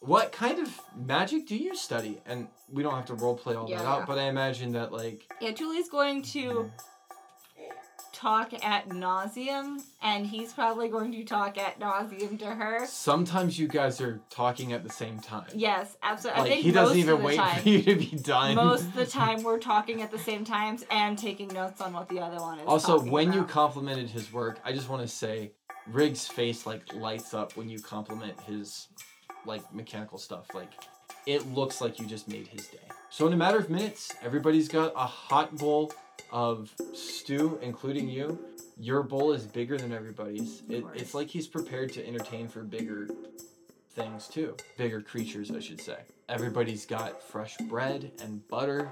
Speaker 1: what kind of magic do you study? And we don't have to roleplay all that
Speaker 4: Yeah.
Speaker 1: out, but I imagine that like
Speaker 4: Yeah, Julie's going to talk at nauseum, and he's probably going to talk at nauseum to her.
Speaker 1: sometimes you guys are talking at the same time.
Speaker 4: Yes, absolutely.
Speaker 1: like
Speaker 4: I think
Speaker 1: he doesn't
Speaker 4: most of
Speaker 1: even
Speaker 4: the
Speaker 1: wait
Speaker 4: time,
Speaker 1: for you to be done.
Speaker 4: Most of the time, we're talking at the same times and taking notes on what the other one is.
Speaker 1: also,
Speaker 4: talking
Speaker 1: when you
Speaker 4: about.
Speaker 1: complimented his work, I just want to say, Riggs' face like lights up when you compliment his like mechanical stuff. Like it looks like you just made his day. So in a matter of minutes, everybody's got a hot bowl of stew, including you. Your bowl is bigger than everybody's. It, it's like he's prepared to entertain for bigger things too, bigger creatures, I should say. Everybody's got fresh bread and butter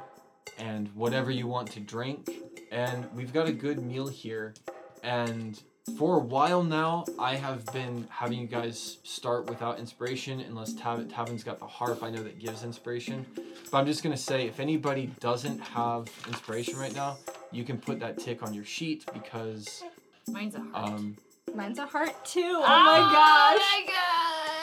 Speaker 1: and whatever you want to drink. And we've got a good meal here. And for a while now, I have been having you guys start without inspiration, unless Tav- Tavin's got the harp. I know that gives inspiration. But I'm just going to say if anybody doesn't have inspiration right now, you can put that tick on your sheet because
Speaker 5: Mine's a heart.
Speaker 1: um,
Speaker 4: Mine's a heart too. Oh
Speaker 3: Oh
Speaker 4: my gosh.
Speaker 3: my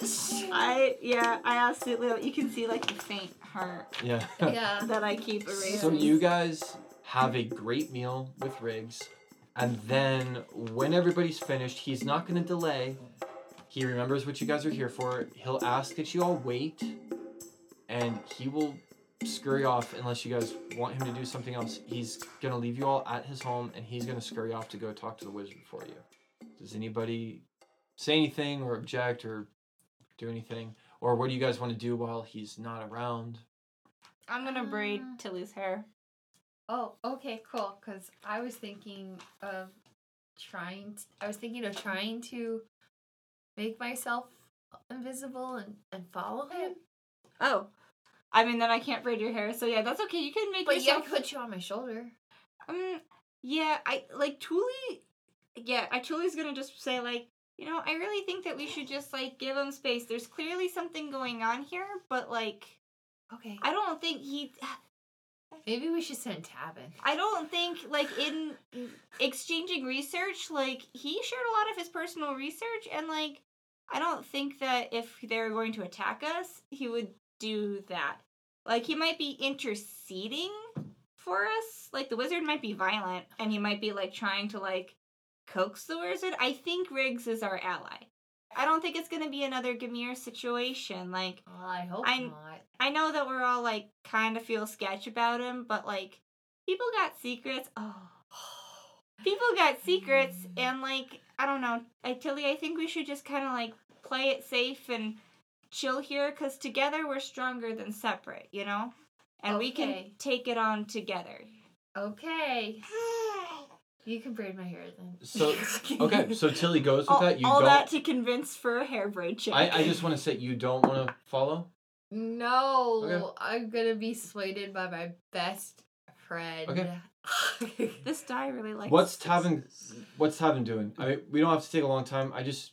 Speaker 3: gosh!
Speaker 4: I yeah, I absolutely. You can see like the faint heart
Speaker 1: yeah.
Speaker 5: yeah.
Speaker 4: that I keep erasing.
Speaker 1: So you guys have a great meal with Riggs, and then when everybody's finished, he's not gonna delay. He remembers what you guys are here for. He'll ask that you all wait, and he will scurry off unless you guys want him to do something else. He's gonna leave you all at his home, and he's gonna scurry off to go talk to the wizard for you. Does anybody say anything or object or do anything? Or what do you guys want to do while he's not around?
Speaker 4: I'm gonna braid Tilly's hair.
Speaker 5: Oh, okay, cool. Because I was thinking of trying. T- I was thinking of trying to make myself invisible and, and follow him.
Speaker 4: Oh, I mean then I can't braid your hair. So yeah, that's okay. You can make
Speaker 5: But yeah, I
Speaker 4: yourself.
Speaker 5: put you on my shoulder.
Speaker 4: Um, yeah, I like Tuli. Yeah, I Tuli's gonna just say like, you know, I really think that we should just like give him space. There's clearly something going on here, but like,
Speaker 5: Okay.
Speaker 4: I don't think he
Speaker 5: Maybe we should send Tavin.
Speaker 4: I don't think like in exchanging research, like he shared a lot of his personal research, and like I don't think that if they were going to attack us, he would do that. Like he might be interceding for us. Like the wizard might be violent, and he might be like trying to like coax the wizard. I think Riggs is our ally. I don't think it's gonna be another Gamir situation. Like
Speaker 5: Well, I hope
Speaker 4: I'm-
Speaker 5: not.
Speaker 4: I know that we're all like kind of feel sketch about him, but like people got secrets. Oh, people got secrets
Speaker 1: Mm.
Speaker 4: and like I don't know. I Tilly, I think we should just kind of like play it safe and chill here cuz together we're stronger than separate, you know? And we
Speaker 5: Okay.
Speaker 4: can take it on together.
Speaker 5: Okay. You can braid my hair then.
Speaker 1: So okay, so Tilly goes with
Speaker 4: all
Speaker 1: that. You
Speaker 4: all
Speaker 1: don't.
Speaker 4: that to convince for a hair braid check.
Speaker 1: I, I just want to say you don't want to follow.
Speaker 5: No,
Speaker 1: Okay.
Speaker 5: I'm gonna be slated by my best friend. Okay.
Speaker 4: this die really likes
Speaker 1: What's Tavin? What's Tavin doing? I mean, we don't have to take a long time. I just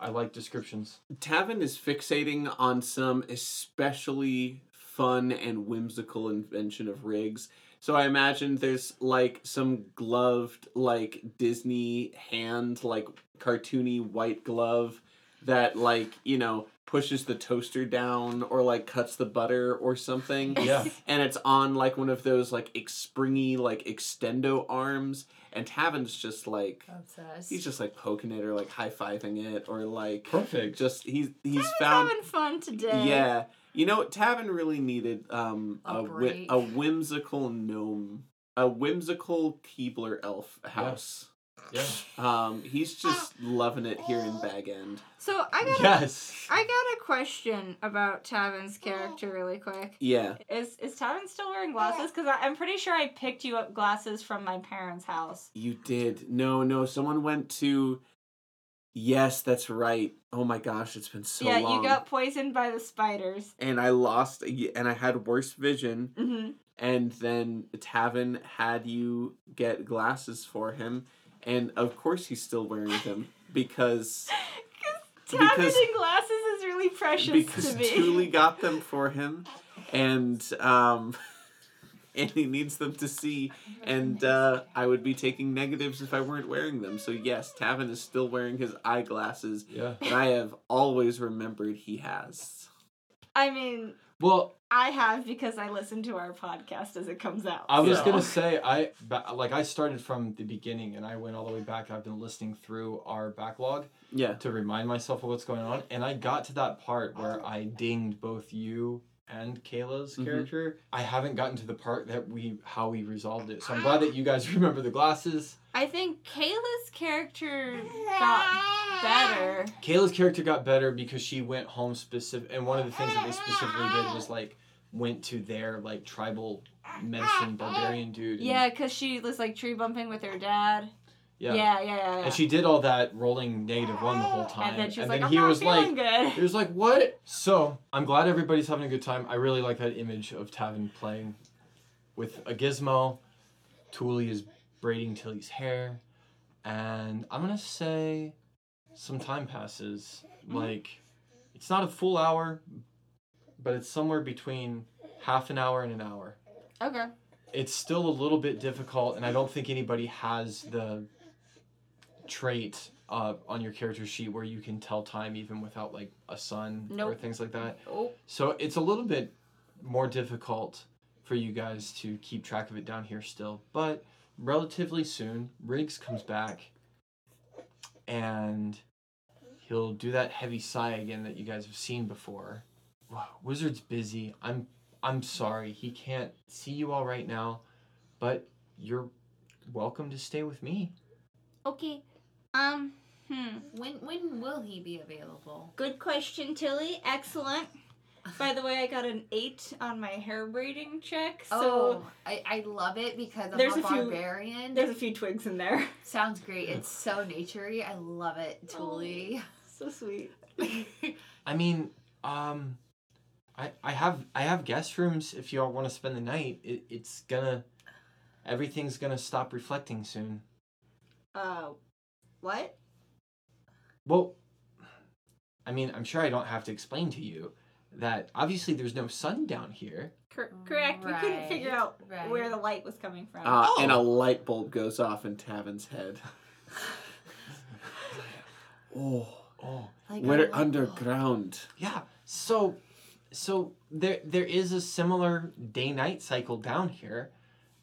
Speaker 1: I like descriptions.
Speaker 2: Tavin is fixating on some especially fun and whimsical invention of rigs. So I imagine there's like some gloved, like Disney hand, like cartoony white glove that, like, you know, pushes the toaster down or like cuts the butter or something.
Speaker 1: Yeah.
Speaker 2: and it's on like one of those like ex- springy like extendo arms and Tavin's just like
Speaker 5: Obsessed.
Speaker 2: he's just like poking it or like high-fiving it or like
Speaker 1: Perfect.
Speaker 2: just he's he's
Speaker 4: Tavin's
Speaker 2: found
Speaker 4: having fun today.
Speaker 2: yeah you know Tavin really needed um
Speaker 5: A
Speaker 2: a, whi-
Speaker 5: break.
Speaker 2: a whimsical gnome a whimsical Keebler elf house
Speaker 1: Yeah.
Speaker 2: um he's just loving it here in Bag End
Speaker 4: So I got a,
Speaker 1: Yes.
Speaker 4: I got a question about Tavin's character really quick.
Speaker 2: yeah
Speaker 4: Is is Tavin still wearing glasses? Because I'm pretty sure I picked you up glasses from my parents' house.
Speaker 2: You did. No, no, someone went to Yes, that's right. Oh my gosh, it's been so
Speaker 4: yeah,
Speaker 2: long.
Speaker 4: you got poisoned by the spiders.
Speaker 2: and I lost and I had worse vision
Speaker 4: Mm-hmm.
Speaker 2: and then Tavin had you get glasses for him and of course he's still wearing them because
Speaker 4: Tavin
Speaker 2: Because-
Speaker 4: in glasses is really precious
Speaker 2: because
Speaker 4: to me.
Speaker 2: Thule got them for him and um and he needs them to see and uh, I would be taking negatives if I weren't wearing them. So yes, Tavin is still wearing his eyeglasses
Speaker 1: Yeah.
Speaker 2: that I have always remembered he has.
Speaker 4: I mean,
Speaker 1: Well,
Speaker 4: I have because I listen to our podcast as it comes out.
Speaker 1: I was
Speaker 2: Yeah.
Speaker 1: gonna say I ba- like I started from the beginning and I went all the way back. I've been listening through our backlog
Speaker 2: Yeah.
Speaker 1: to remind myself of what's going on, and I got to that part where I dinged both you and Kayla's
Speaker 2: Mhm.
Speaker 1: character. I haven't gotten to the part that we how we resolved it. So I'm glad that you guys remember the glasses.
Speaker 4: I think Kayla's character got better.
Speaker 1: Kayla's character got better because she went home specific, and one of the things that they specifically did was like went to their like tribal medicine barbarian dude. and-
Speaker 4: Yeah, because she was like tree bumping with her dad.
Speaker 1: yeah.
Speaker 4: yeah, yeah. yeah, yeah.
Speaker 1: And she did all that rolling negative one the whole time.
Speaker 4: and then she was like, I'm
Speaker 1: he
Speaker 4: not
Speaker 1: was like,
Speaker 4: feeling good.
Speaker 1: he was like, what? So I'm glad everybody's having a good time. I really like that image of Tavin playing with a gizmo. Thule is braiding Tilly's hair. And I'm going to say some time passes. Like, it's not a full hour, but it's somewhere between half an hour and an hour
Speaker 4: Okay.
Speaker 1: it's still a little bit difficult, and I don't think anybody has the trait uh, on your character sheet where you can tell time even without like a sun or
Speaker 4: Nope.
Speaker 1: things like that.
Speaker 5: oh,
Speaker 1: So it's a little bit more difficult for you guys to keep track of it down here still, but relatively soon Riggs comes back and he'll do that heavy sigh again that you guys have seen before. Wow, Wizard's busy. I'm I'm sorry. He can't see you all right now, but you're welcome to stay with me.
Speaker 4: Okay. Um, hmm.
Speaker 5: when when will he be available?
Speaker 4: Good question, Tilly. Excellent. By the way, I got an eight on my hair braiding check, so
Speaker 5: oh, I, I love it because I'm
Speaker 4: There's
Speaker 5: a
Speaker 4: a few-
Speaker 5: barbarian.
Speaker 4: there's a few twigs in there.
Speaker 5: Sounds great. It's so naturey. I love it,
Speaker 4: Oh.
Speaker 5: Tuli.
Speaker 4: So sweet.
Speaker 1: I mean, um, I I have I have guest rooms if y'all want to spend the night. It, it's gonna, everything's gonna stop reflecting soon.
Speaker 4: Uh, what?
Speaker 1: Well, I mean, I'm sure I don't have to explain to you that obviously there's no sun down here.
Speaker 4: Cor- correct. We couldn't figure
Speaker 5: Right,
Speaker 4: out
Speaker 5: right.
Speaker 4: where the light was coming from.
Speaker 2: Uh, And a light bulb goes off in Tavin's head. oh,
Speaker 1: Oh,
Speaker 5: Like, I
Speaker 2: we're
Speaker 5: love-
Speaker 2: underground.
Speaker 1: yeah. So, so there there is a similar day night cycle down here.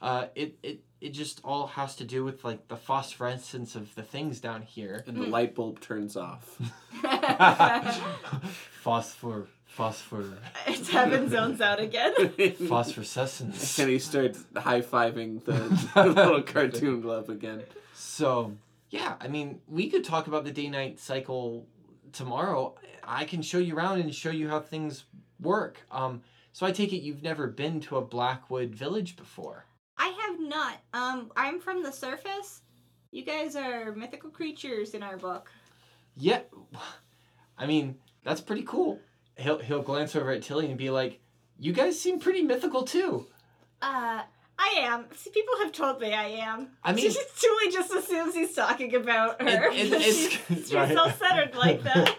Speaker 1: Uh, it it it just all has to do with like the phosphorescence of the things
Speaker 5: Mm.
Speaker 1: down here.
Speaker 2: And the light bulb turns off.
Speaker 1: Phosphor Phosphor.
Speaker 4: Tevin zones out again.
Speaker 2: and
Speaker 1: Phosphorescence.
Speaker 2: he starts high fiving the, the little cartoon glove again.
Speaker 1: So, yeah, I mean, we could talk about the day night cycle tomorrow. I can show you around and show you how things work. Um, so I take it you've never been to a Blackwood village before.
Speaker 4: I have not. Um, I'm from the surface. You guys are mythical creatures in our book.
Speaker 1: Yeah, I mean, that's pretty cool. He'll he'll glance over at Tilly and be like, "You guys seem pretty mythical too."
Speaker 4: Uh, I am. See, people have told me I am.
Speaker 1: I mean-
Speaker 4: Julie just assumes he's talking about her.
Speaker 1: It- it-
Speaker 4: because
Speaker 1: it's-
Speaker 4: she's
Speaker 1: right.
Speaker 4: self-centered like that.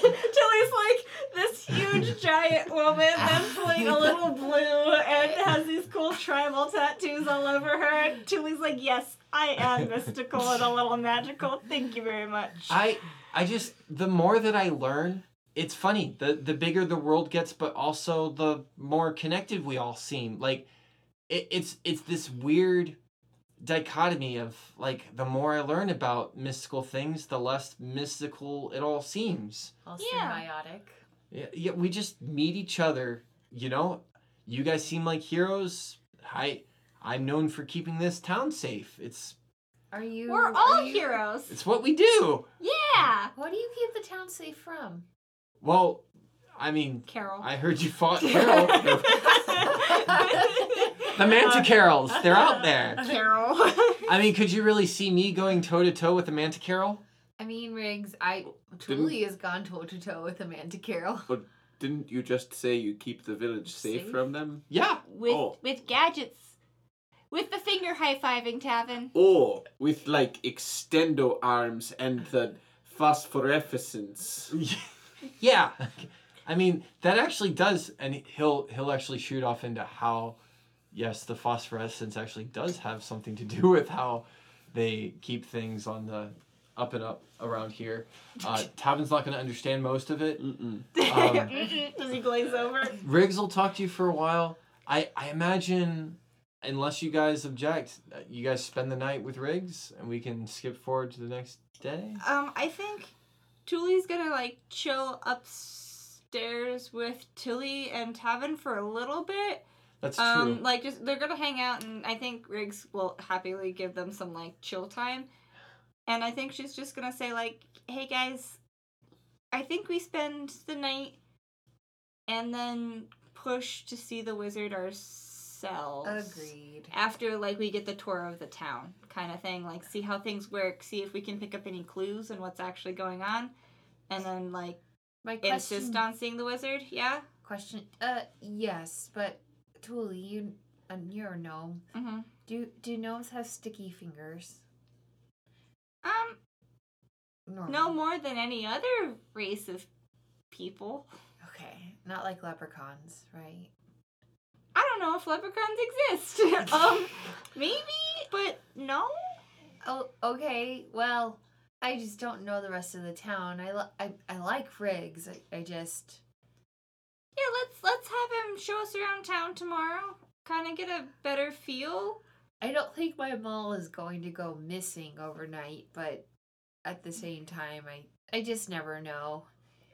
Speaker 4: Tilly's like this huge giant woman that's playing a little blue and has these cool tribal tattoos all over her. And Tilly's like, yes, I am mystical and a little magical. Thank you very much.
Speaker 1: I I just the more that I learn, it's funny. The the bigger the world gets, but also the more connected we all seem. Like it, it's it's this weird dichotomy of like the more I learn about mystical things, the less mystical it all seems.
Speaker 5: All
Speaker 4: Yeah.
Speaker 5: symbiotic.
Speaker 1: Yeah, yeah, we just meet each other, you know? You guys seem like heroes. I I'm known for keeping this town safe. It's
Speaker 5: Are you?
Speaker 4: We're
Speaker 5: are
Speaker 4: all
Speaker 5: you-
Speaker 4: heroes.
Speaker 1: it's what we do.
Speaker 4: Yeah.
Speaker 5: What do you keep the town safe from?
Speaker 1: Well, I mean,
Speaker 4: Carol.
Speaker 1: I heard you fought Carol.
Speaker 4: Carol.
Speaker 1: The manticarels, they're out there.
Speaker 4: Carol.
Speaker 1: I mean, could you really see me going toe to toe with a manticarel?
Speaker 5: I mean, Riggs, I Tuli has gone toe to toe with Amanda Carroll.
Speaker 2: Didn't you just say you keep the village safe,
Speaker 5: Safe?
Speaker 2: from them?
Speaker 1: Yeah.
Speaker 4: with
Speaker 2: Oh.
Speaker 4: with gadgets, with the finger high fiving, Tavin.
Speaker 2: Or with like extendo arms and the phosphorescence.
Speaker 1: Yeah. I mean, that actually does and he'll he'll actually shoot off into how yes, the phosphorescence actually does have something to do with how they keep things on the up and up around here. Uh, Tavin's not going to understand most of it.
Speaker 2: Mm-mm.
Speaker 1: Um,
Speaker 4: Does he glaze over?
Speaker 1: Riggs will talk to you for a while. I, I imagine, unless you guys object, uh, you guys spend the night with Riggs and we can skip forward to the next day.
Speaker 4: Um, I think Tully's gonna like chill upstairs with Tilly and Tavin for a little bit.
Speaker 1: That's
Speaker 4: Um,
Speaker 1: true.
Speaker 4: like just they're gonna hang out, and I think Riggs will happily give them some like chill time. And I think she's just gonna say like, "Hey guys, I think we spend the night, and then push to see the wizard ourselves."
Speaker 5: Agreed.
Speaker 4: After like we get the tour of the town, kind of thing. Like see how things work, see if we can pick up any clues and what's actually going on, and then like
Speaker 5: My question.
Speaker 4: insist on seeing the wizard. Yeah.
Speaker 5: question. Uh, yes, but Tuli, you uh, you're a gnome.
Speaker 4: Mm-hmm.
Speaker 5: Do do gnomes have sticky fingers?
Speaker 4: Um.
Speaker 5: Normal.
Speaker 4: No more than any other race of people.
Speaker 5: Okay, not like leprechauns, right?
Speaker 4: I don't know if leprechauns exist. um, maybe, but no.
Speaker 5: Oh, okay. Well, I just don't know the rest of the town. I li- I, I like Riggs. I, I just
Speaker 4: Yeah, let's let's have him show us around town tomorrow. Kind of get a better feel.
Speaker 5: I don't think my mall is going to go missing overnight, but at the same time, I I just never know.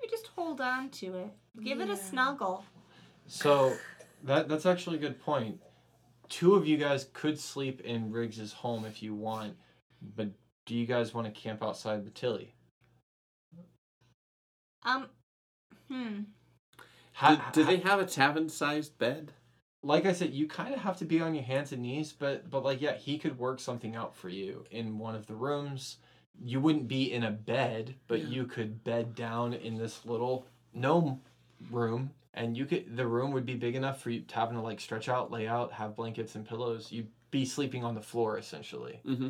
Speaker 4: Maybe just hold on to it. Give it
Speaker 5: Yeah.
Speaker 4: a snuggle.
Speaker 1: So that that's actually a good point. Two of you guys could sleep in Riggs's home if you want, but do you guys want to camp outside the Tilly?
Speaker 4: Um, hmm.
Speaker 1: Ha-
Speaker 2: do, do they have a tavern sized bed?
Speaker 1: like I said, you kind of have to be on your hands and knees, but but like yeah, he could work something out for you in one of the rooms. You wouldn't be in a bed, but
Speaker 2: Yeah.
Speaker 1: you could bed down in this little gnome room, and you could the room would be big enough for you to having to like stretch out, lay out, have blankets and pillows. You'd be sleeping on the floor essentially.
Speaker 2: Mm-hmm.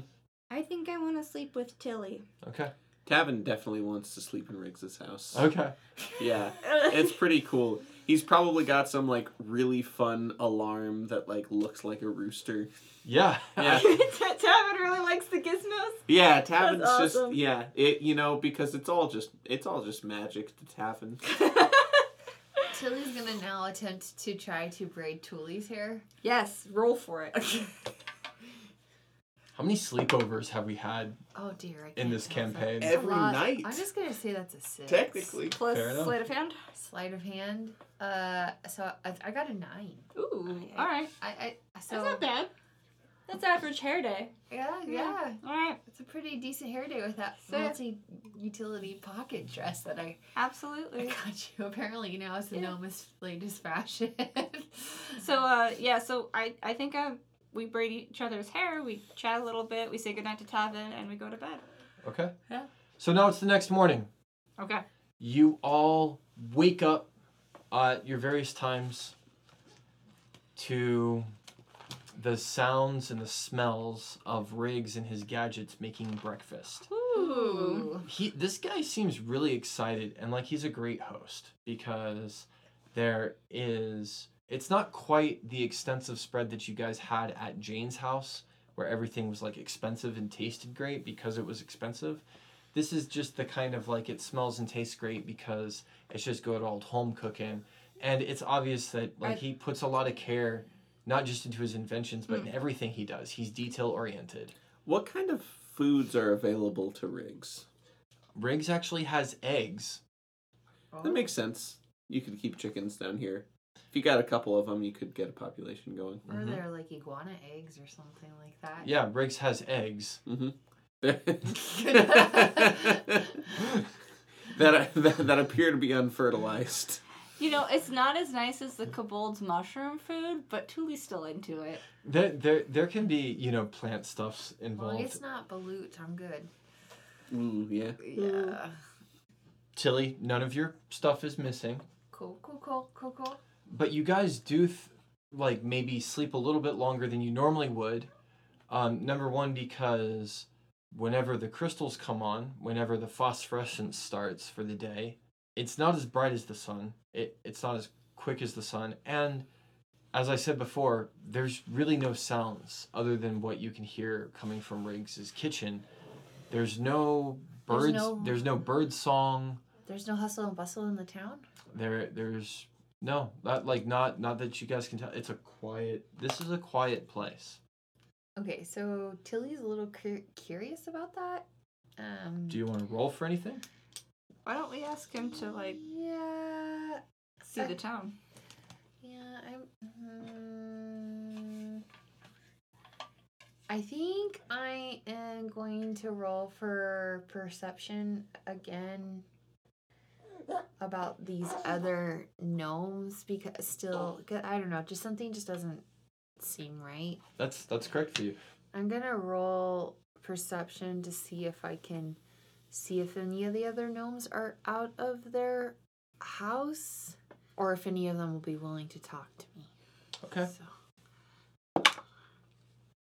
Speaker 4: I think I want to sleep with Tilly.
Speaker 1: Okay.
Speaker 2: Tavin definitely wants to sleep in Riggs's house.
Speaker 1: Okay.
Speaker 2: Yeah. It's pretty cool. He's probably got some like really fun alarm that like looks like a rooster.
Speaker 1: Yeah.
Speaker 2: Yeah.
Speaker 4: Tavin really likes the gizmos.
Speaker 2: Yeah, Tavin's
Speaker 4: That's awesome.
Speaker 2: just yeah, it you know, because it's all just it's all just magic to Tavin.
Speaker 5: Tilly's gonna now attempt to try to braid Tuli's hair.
Speaker 4: yes, roll for it.
Speaker 1: How many sleepovers have we had?
Speaker 5: Oh dear. I can't
Speaker 1: In this
Speaker 5: count that.
Speaker 1: campaign.
Speaker 5: That's a
Speaker 2: Every
Speaker 5: lot.
Speaker 2: night.
Speaker 5: I'm just gonna say that's a six.
Speaker 2: Technically.
Speaker 4: Plus
Speaker 1: Fair enough.
Speaker 4: sleight of hand.
Speaker 5: Sleight of hand. Uh, so I, I got a nine.
Speaker 4: Ooh,
Speaker 3: yeah.
Speaker 4: all right.
Speaker 5: I, I so
Speaker 4: That's not bad. That's average hair day.
Speaker 5: yeah, yeah,
Speaker 4: All right.
Speaker 5: It's a pretty decent hair day with that
Speaker 4: So-
Speaker 5: multi-utility pocket dress that I, I
Speaker 4: Absolutely.
Speaker 5: got you. Apparently now it's the
Speaker 4: Yeah.
Speaker 5: Noma's latest fashion.
Speaker 4: So uh yeah, so I I think uh we braid each other's hair, we chat a little bit, we say goodnight to Tavin, and we go to bed.
Speaker 1: Okay.
Speaker 5: Yeah.
Speaker 1: So now it's the next morning.
Speaker 4: Okay.
Speaker 1: You all wake up uh, at your various times to the sounds and the smells of Riggs and his gadgets making breakfast.
Speaker 4: Ooh.
Speaker 1: he this guy seems really excited and like he's a great host because there is it's not quite the extensive spread that you guys had at Jane's house where everything was like expensive and tasted great because it was expensive. This is just the kind of like it smells and tastes great because it's just good old home cooking and it's obvious that like
Speaker 5: Are-
Speaker 1: he puts a lot of care not just into his inventions but in everything he does. He's detail oriented.
Speaker 2: What kind of foods are available to Riggs?
Speaker 1: Riggs actually has eggs
Speaker 5: Um,
Speaker 2: That makes sense. You could keep chickens down here. If you got a couple of them, you could get a population going.
Speaker 5: Or
Speaker 1: Mhm.
Speaker 5: they're like iguana eggs or something like that.
Speaker 1: Yeah, Briggs has eggs.
Speaker 2: Mm-hmm. that, that that appear to be unfertilized.
Speaker 4: You know, it's not as nice as the kobold's mushroom food, but Tuli's still into it.
Speaker 1: There, there, there can be you know plant stuffs
Speaker 5: As long as
Speaker 1: involved.
Speaker 5: it's not balut, I'm good.
Speaker 2: Mm, yeah.
Speaker 5: Yeah.
Speaker 1: Tilly, none of your stuff is missing,
Speaker 5: Cool, cool, cool, cool, cool.
Speaker 1: but you guys do th- like maybe sleep a little bit longer than you normally would. Um, number one, because whenever the crystals come on, whenever the phosphorescence starts for the day, it's not as bright as the sun. It, it's not as quick as the sun, and as I said before, there's really no sounds other than what you can hear coming from Riggs's kitchen. There's no
Speaker 5: There's
Speaker 1: birds. There's no,
Speaker 5: no-
Speaker 1: bird song.
Speaker 5: There's no hustle and bustle in the town.
Speaker 1: There, there's no not like not not that you guys can tell. It's a quiet. This is a quiet place.
Speaker 5: Okay, so Tilly's a little cur- curious about that. Um,
Speaker 1: Do you want to roll for anything?
Speaker 4: Why don't we ask him to like
Speaker 5: Yeah,
Speaker 4: see the town?
Speaker 5: yeah. I'm. hmm. I think I am going to roll for perception again about these other gnomes because still, 'cause I don't know, just something just doesn't seem right.
Speaker 1: That's that's correct for you.
Speaker 5: I'm gonna roll perception to see if I can see if any of the other gnomes are out of their house or if any of them will be willing to talk to me.
Speaker 1: Okay.
Speaker 5: So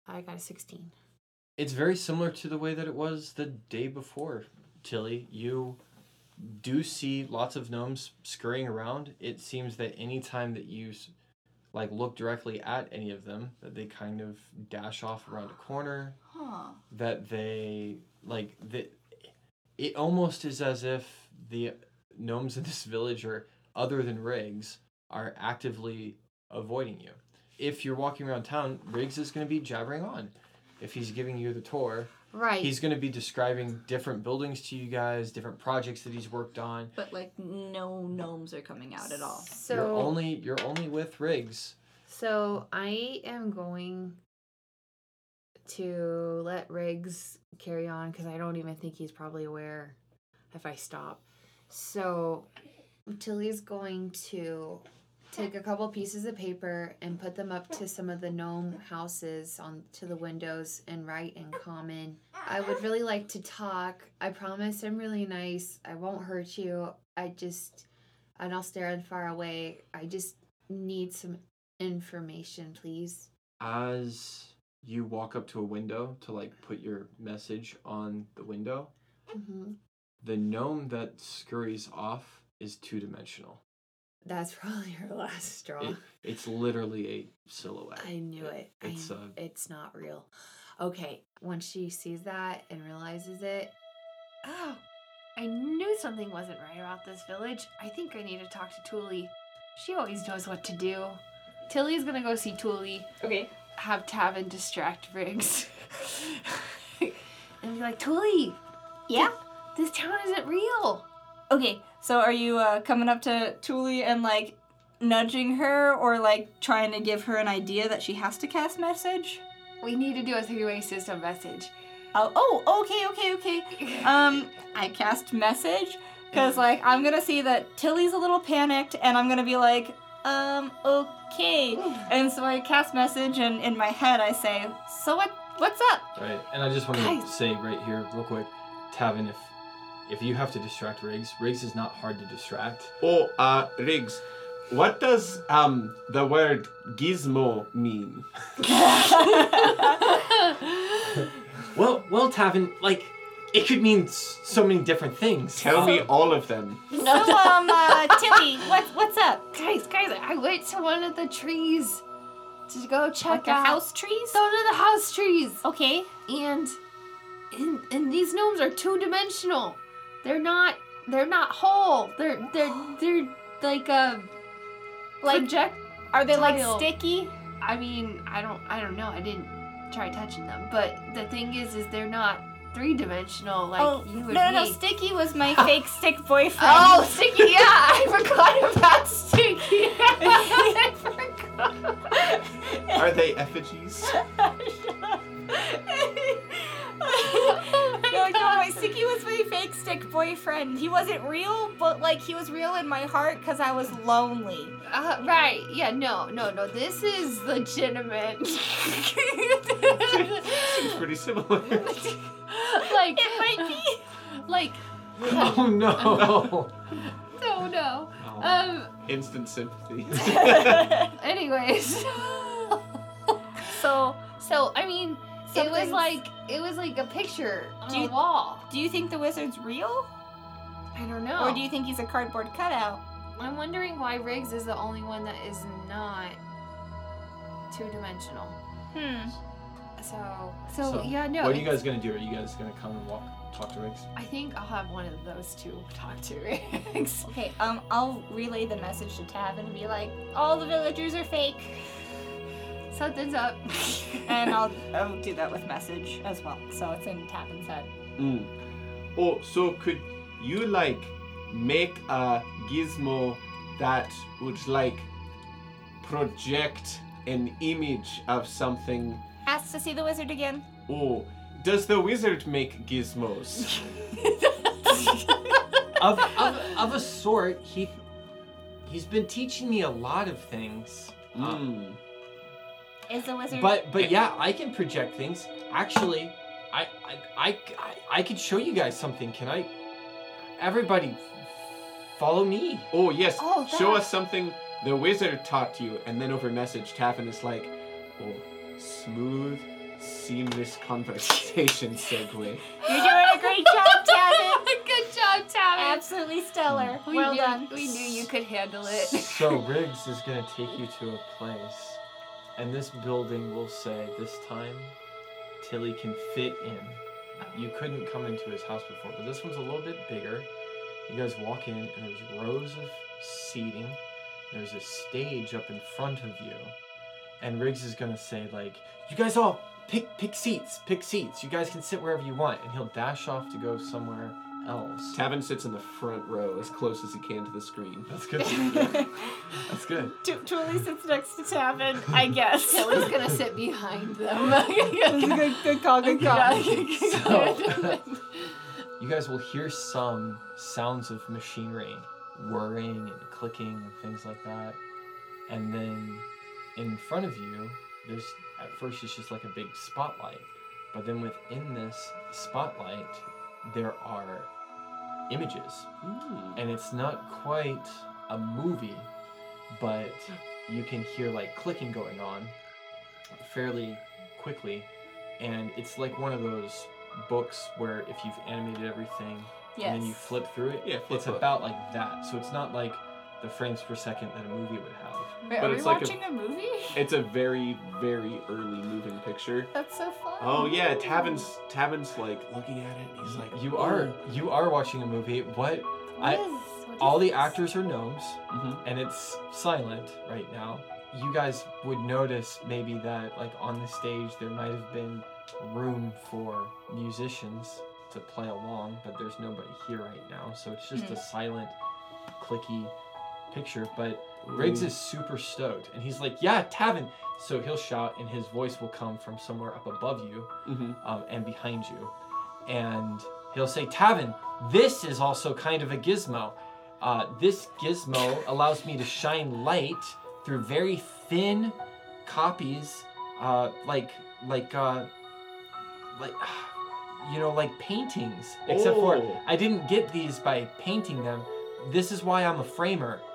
Speaker 5: I got a 16.
Speaker 1: it's very similar to the way that it was the day before tilly you do see lots of gnomes scurrying around it seems that any time that you s- like look directly at any of them that they kind of dash off around a corner
Speaker 4: Huh.
Speaker 1: that they like that it almost is as if the gnomes in this village are other than Riggs are actively avoiding you. If you're walking around town, Riggs is going to be jabbering on. If he's giving you the tour,
Speaker 5: Right.
Speaker 1: he's going to be describing different buildings to you guys, different projects that he's worked on.
Speaker 4: But like no gnomes are coming out at all.
Speaker 5: So
Speaker 1: you're only you're only with Riggs.
Speaker 5: So I am going to let Riggs carry on because I don't even think he's probably aware if I stop. So Tilly's going to take a couple pieces of paper and put them up to some of the gnome houses on to the windows and write in common. I would really like to talk. I promise I'm really nice. I won't hurt you. I just and I'll stare in far away. I just need some information, please.
Speaker 1: As you walk up to a window to like put your message on the window,
Speaker 4: Mm-hmm.
Speaker 5: hmm
Speaker 1: The gnome that scurries off is two dimensional.
Speaker 5: That's probably her last straw.
Speaker 1: It, it's literally a silhouette.
Speaker 5: I knew it. I
Speaker 1: It's,
Speaker 5: kn-
Speaker 1: uh,
Speaker 5: it's not real. Okay, once she sees that and realizes it, oh, I knew something wasn't right about this village. I think I need to talk to Tuli. She always knows what to do. Tilly's gonna go see Tuli,
Speaker 4: Okay.
Speaker 5: have Tavin distract Riggs. and be like, Tully,
Speaker 4: Yeah.
Speaker 5: this town isn't real.
Speaker 4: Okay, so are you uh, coming up to Tuli and like nudging her or like trying to give her an idea that she has to cast message?
Speaker 5: We need to do a three-way system message.
Speaker 4: Oh, oh, okay, okay, okay. Um, I cast message because like I'm gonna see that Tilly's a little panicked and I'm gonna be like, um, okay. And so I cast message and in my head I say, so what? What's up?
Speaker 1: Right, and I just want to
Speaker 5: Guys.
Speaker 1: say right here, real quick, Tavin, if if you have to distract Riggs, Riggs is not hard to distract.
Speaker 2: Oh, uh, Riggs, what does um the word gizmo mean?
Speaker 1: Well, well, Tavin, like it could mean s- so many different things.
Speaker 2: Tell
Speaker 1: Uh,
Speaker 2: me all of them.
Speaker 4: So um, uh, Tilly, what, what's up?
Speaker 5: Guys, guys, I went to one of the trees to go check
Speaker 4: Like the
Speaker 5: out
Speaker 4: house trees?
Speaker 5: Those are the house trees.
Speaker 4: Okay.
Speaker 5: and and, and these gnomes are two dimensional. They're not they're not whole. They're they're they're like a
Speaker 4: Like-
Speaker 5: project.
Speaker 4: Are they
Speaker 5: Tile.
Speaker 4: like sticky?
Speaker 5: I mean, I don't I don't know. I didn't try touching them, but the thing is, is they're not three dimensional like
Speaker 4: oh
Speaker 5: you
Speaker 4: no,
Speaker 5: and
Speaker 4: no,
Speaker 5: me.
Speaker 4: no! Sticky was my fake stick boyfriend.
Speaker 5: Oh, Sticky, yeah, I forgot about Sticky. I forgot.
Speaker 2: Are they effigies?
Speaker 4: no,
Speaker 5: "Oh,
Speaker 4: no, my Sticky was my fake stick boyfriend. He wasn't real, but like he was real in my heart because I was lonely.
Speaker 5: Uh, right, yeah, no, no, no, this is legitimate.
Speaker 2: Seems pretty similar.
Speaker 5: like,
Speaker 4: It might be.
Speaker 5: like,
Speaker 1: Oh no.
Speaker 5: oh no.
Speaker 1: Oh.
Speaker 5: Um,
Speaker 2: Instant sympathy.
Speaker 5: anyways.
Speaker 4: so,
Speaker 5: so, I mean, it was
Speaker 4: Something's-
Speaker 5: like, it was like a picture on
Speaker 4: Do you-
Speaker 5: a wall.
Speaker 4: do you think the wizard's real,
Speaker 5: I don't know.
Speaker 4: or do you think he's a cardboard cutout?
Speaker 5: I'm wondering why Riggs is the only one that is not two dimensional.
Speaker 4: Hmm.
Speaker 5: So, so,
Speaker 1: So,
Speaker 5: yeah, no.
Speaker 1: what are you
Speaker 5: it's-
Speaker 1: guys gonna do? Are you guys gonna come and walk, talk to Riggs?
Speaker 5: I think I'll have one of those two talk to Riggs.
Speaker 4: Okay. Um, I'll relay the message to Tab and be like, all the villagers are fake,
Speaker 5: Something's up.
Speaker 4: and I'll I'll do that with message as well. So it's in Tab and said.
Speaker 2: Mm. Oh, so could you like make a gizmo that would like project an image of something?
Speaker 4: Asked to see the wizard again.
Speaker 2: Oh, does the wizard make gizmos?
Speaker 1: of, of, of a sort, he he's been teaching me a lot of things. Uh,
Speaker 5: Hmm.
Speaker 2: Mm.
Speaker 4: Is the wizard?
Speaker 1: but but yeah, I can project things. Actually, I I, I I- I could show you guys something. Can I? Everybody, follow me.
Speaker 2: Oh yes,
Speaker 4: Oh,
Speaker 2: show
Speaker 4: that-
Speaker 2: us something the wizard taught you, and then over message Taffin is like, oh, smooth, seamless conversation segue.
Speaker 4: You're doing a great job, Tabitha.
Speaker 5: Good job, Tabby.
Speaker 4: Absolutely stellar.
Speaker 5: We
Speaker 4: well
Speaker 5: knew,
Speaker 4: done.
Speaker 5: We knew you could handle it.
Speaker 1: So Riggs is gonna take you to a place, and this building will say this time, Tilly can fit in. You couldn't come into his house before, but this one's a little bit bigger. You guys walk in, and there's rows of seating. There's a stage up in front of you, and Riggs is gonna say like, "You guys all pick pick seats, pick seats. You guys can sit wherever you want." And he'll dash off to go somewhere else.
Speaker 2: Tavin sits in the front row as close as he can to the screen.
Speaker 1: That's good. That's good.
Speaker 4: Tu- Tuli sits next to Tavin, I guess.
Speaker 5: Tilly's gonna sit behind them.
Speaker 4: good, good call, good
Speaker 1: So- You guys will hear some sounds of machinery whirring and clicking and things like that. And then in front of you, there's at first it's just like a big spotlight. But then within this spotlight, there are images.
Speaker 2: Mm.
Speaker 1: And it's not quite a movie, but you can hear like clicking going on fairly quickly. And it's like one of those books where if you've animated everything,
Speaker 4: Yes.
Speaker 1: and then you flip through it.
Speaker 2: Yeah, flip
Speaker 1: it's
Speaker 2: book.
Speaker 1: about like that. So it's not like the frames per second that a movie would have.
Speaker 4: Wait,
Speaker 2: but
Speaker 4: are we
Speaker 2: it's like a-
Speaker 4: watching a, movie?
Speaker 2: It's a very, very early moving picture.
Speaker 4: That's so fun.
Speaker 2: Oh yeah, Tavin's Tavin's like looking at it. And he's like,
Speaker 1: You are you are watching a movie. What I all the actors are gnomes,
Speaker 2: Mhm.
Speaker 1: and it's silent right now. you guys would notice maybe that like on the stage there might have been room for musicians to play along, but there's nobody here right now, so it's just a silent, clicky picture. But Riggs is super stoked, and he's like, "Yeah, Tavin!" So he'll shout, and his voice will come from somewhere up above you
Speaker 2: Mm-hmm.
Speaker 1: um, and behind you. And he'll say, Tavin, this is also kind of a gizmo. Uh, this gizmo allows me to shine light through very thin copies, uh, like, like, uh, like, you know, like paintings. Except
Speaker 2: Oh.
Speaker 1: for I didn't get these by painting them. This is why I'm a framer.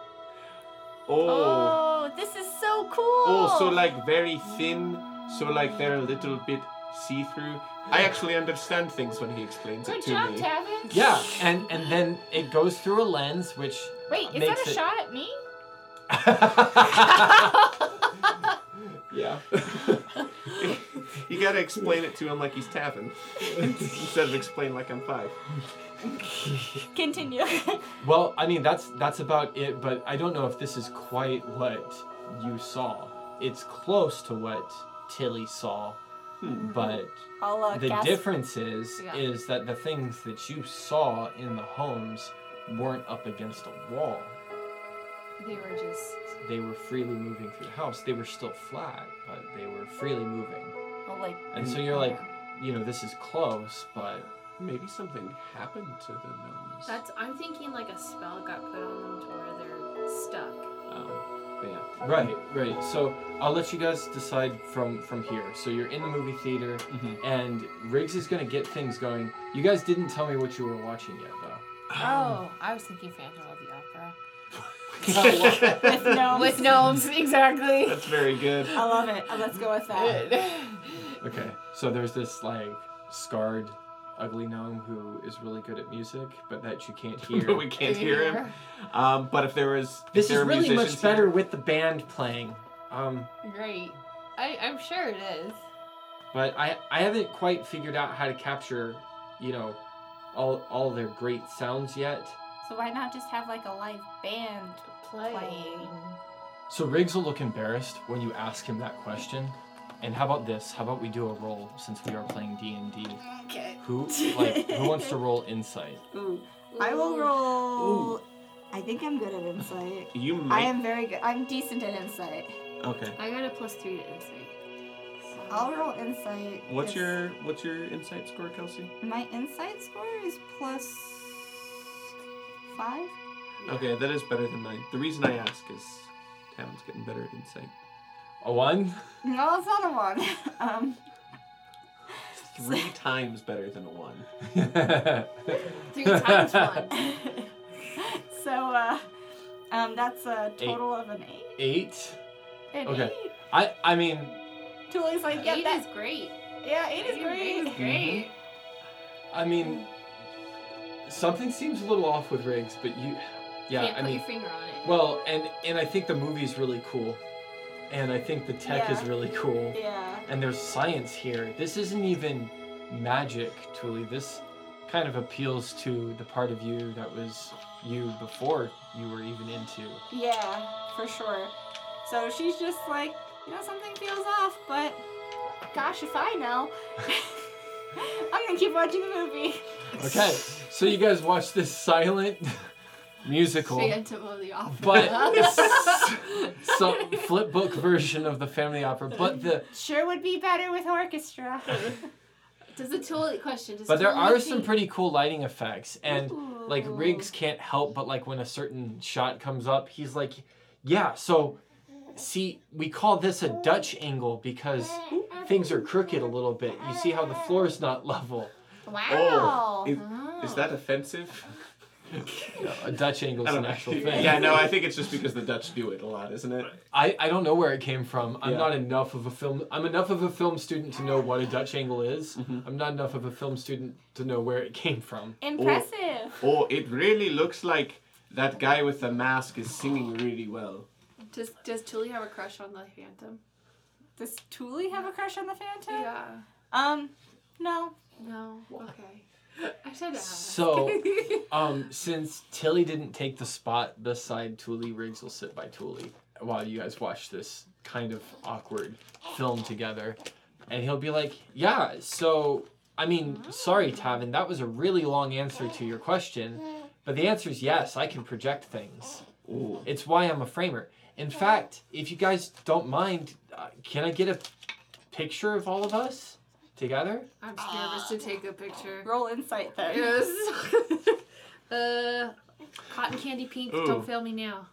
Speaker 2: Oh.
Speaker 6: Oh, this is so cool.
Speaker 2: Oh, so like very thin, so like they're a little bit see through. I actually understand things when he explains
Speaker 5: Good
Speaker 2: it to
Speaker 5: job,
Speaker 2: me.
Speaker 5: Tavin.
Speaker 1: Yeah, and and then it goes through a lens, which
Speaker 5: Wait, is
Speaker 1: makes
Speaker 5: that a
Speaker 1: it-
Speaker 5: shot at me?
Speaker 2: yeah. you gotta explain it to him like he's Tavin. Instead of explain like I'm five.
Speaker 7: Continue.
Speaker 1: Well, I mean that's that's about it, but I don't know if this is quite what you saw. It's close to what Tilly saw, but
Speaker 7: I'll uh,
Speaker 1: the
Speaker 7: gasp.
Speaker 1: difference is
Speaker 8: Yeah.
Speaker 1: is that the things that you saw in the homes weren't up against a wall.
Speaker 8: They were just.
Speaker 1: They were freely moving through the house. They were still flat, but they were freely moving.
Speaker 7: I'll, like,
Speaker 1: And so you're like, you know, this is close, but
Speaker 2: Maybe something happened to the gnomes.
Speaker 5: That's. I'm thinking like a spell got put on them to where they're stuck.
Speaker 1: Um, but yeah. Right, right. So I'll let you guys decide from from here. So you're in the movie theater,
Speaker 2: Mhm.
Speaker 1: and Riggs is gonna get things going. You guys didn't tell me what you were watching yet, though.
Speaker 8: Oh, I was thinking Phantom of the Opera.
Speaker 7: with no.
Speaker 8: With gnomes, exactly.
Speaker 2: That's very good.
Speaker 7: I love it. Uh, Let's go with that.
Speaker 1: Okay. So there's this like scarred, ugly gnome who is really good at music, but that you can't hear.
Speaker 2: we can't hear him. Um, but if there was, if
Speaker 1: this
Speaker 2: there
Speaker 1: is
Speaker 2: are
Speaker 1: really much
Speaker 2: musicians
Speaker 1: better
Speaker 2: here-
Speaker 1: with the band playing. Um,
Speaker 5: Great. I, I'm sure it is.
Speaker 1: but I I haven't quite figured out how to capture, you know, all all their great sounds yet.
Speaker 7: So why not just have like a live band playing?
Speaker 1: So Riggs will look embarrassed when you ask him that question. And how about this? How about we do a roll since we are playing D and D?
Speaker 7: Okay.
Speaker 1: Who like who wants to roll insight?
Speaker 7: Ooh. I will roll. I think I'm good at insight.
Speaker 2: You
Speaker 7: I
Speaker 2: might.
Speaker 7: am very good. I'm decent at insight.
Speaker 2: Okay.
Speaker 5: I got a plus three to insight.
Speaker 7: I'll roll insight.
Speaker 2: What's
Speaker 7: It's-
Speaker 2: your what's your insight score, Kelsey?
Speaker 7: My insight score is plus five.
Speaker 2: Okay, that is better than mine. The reason I ask is Tavin's getting better at insight.
Speaker 1: A one?
Speaker 7: No, it's not a one. um,
Speaker 2: Three times better than a one.
Speaker 5: Three times one.
Speaker 7: so uh, um, that's a total of an eight.
Speaker 1: Eight?
Speaker 7: An
Speaker 1: Okay.
Speaker 7: eight.
Speaker 1: I I mean
Speaker 7: Tully's like, yeah,
Speaker 5: Eight
Speaker 7: that,
Speaker 5: is great.
Speaker 7: yeah, eight is
Speaker 5: Eight-
Speaker 7: great.
Speaker 5: Eight is great.
Speaker 1: mm-hmm. I mean something seems a little off with Riggs, but you yeah,
Speaker 5: Can't
Speaker 1: I
Speaker 5: put
Speaker 1: mean
Speaker 5: your finger on it.
Speaker 1: well and and I think the movie's really cool. And I think the tech is
Speaker 7: Yeah.
Speaker 1: really cool.
Speaker 7: Yeah.
Speaker 1: And there's science here. This isn't even magic, Tuli. This kind of appeals to the part of you that was you before you were even into.
Speaker 7: Yeah, for sure. So she's just like, you know, something feels off, but gosh, if I know, I'm gonna keep watching the movie.
Speaker 1: Okay, so you guys watch this silent musical,
Speaker 5: Phantom of the opera.
Speaker 1: but some flip book version of the family opera. But the
Speaker 7: Sure would be better with orchestra.
Speaker 5: Does the toilet question? Does
Speaker 1: but there
Speaker 5: Tully
Speaker 1: are some
Speaker 5: think-
Speaker 1: pretty cool lighting effects and. like
Speaker 7: Ooh.
Speaker 1: Riggs can't help but like when a certain shot comes up, he's like, yeah, so see, we call this a Dutch angle because things are crooked a little bit. You see how the floor is not level.
Speaker 2: Oh,
Speaker 7: Wow.
Speaker 2: is, is that offensive?
Speaker 1: No, a Dutch angle
Speaker 2: I
Speaker 1: is
Speaker 2: don't
Speaker 1: an
Speaker 2: know.
Speaker 1: actual thing.
Speaker 2: Yeah, no, I think it's just because the Dutch do it a lot, isn't it?
Speaker 1: I, I don't know where it came from. I'm
Speaker 2: Yeah.
Speaker 1: not enough of a film. I'm enough of a film student to know what a Dutch angle is.
Speaker 2: Mm-hmm.
Speaker 1: I'm not enough of a film student to know where it came from.
Speaker 7: Impressive.
Speaker 2: Oh, it really looks like that guy with the mask is singing really well.
Speaker 5: Does Does Tully have a crush on the Phantom?
Speaker 7: Does Thule have a crush on the Phantom?
Speaker 5: Yeah.
Speaker 7: Um, no.
Speaker 5: No. Okay. I said uh, that.
Speaker 1: So, um, since Tilly didn't take the spot beside Thule, Riggs will sit by Thule. while you guys watch this kind of awkward film together. And he'll be like, Yeah, so, I mean, sorry, Tavin, that was a really long answer to your question. But the answer is yes, I can project things.
Speaker 2: Ooh.
Speaker 1: It's why I'm a framer. In fact, if you guys don't mind, uh, can I get a picture of all of us together?
Speaker 9: I'm just nervous to take a picture.
Speaker 4: Roll insight then.
Speaker 9: Yes.
Speaker 5: Uh, cotton candy pink.
Speaker 2: Ooh.
Speaker 5: Don't fail me now.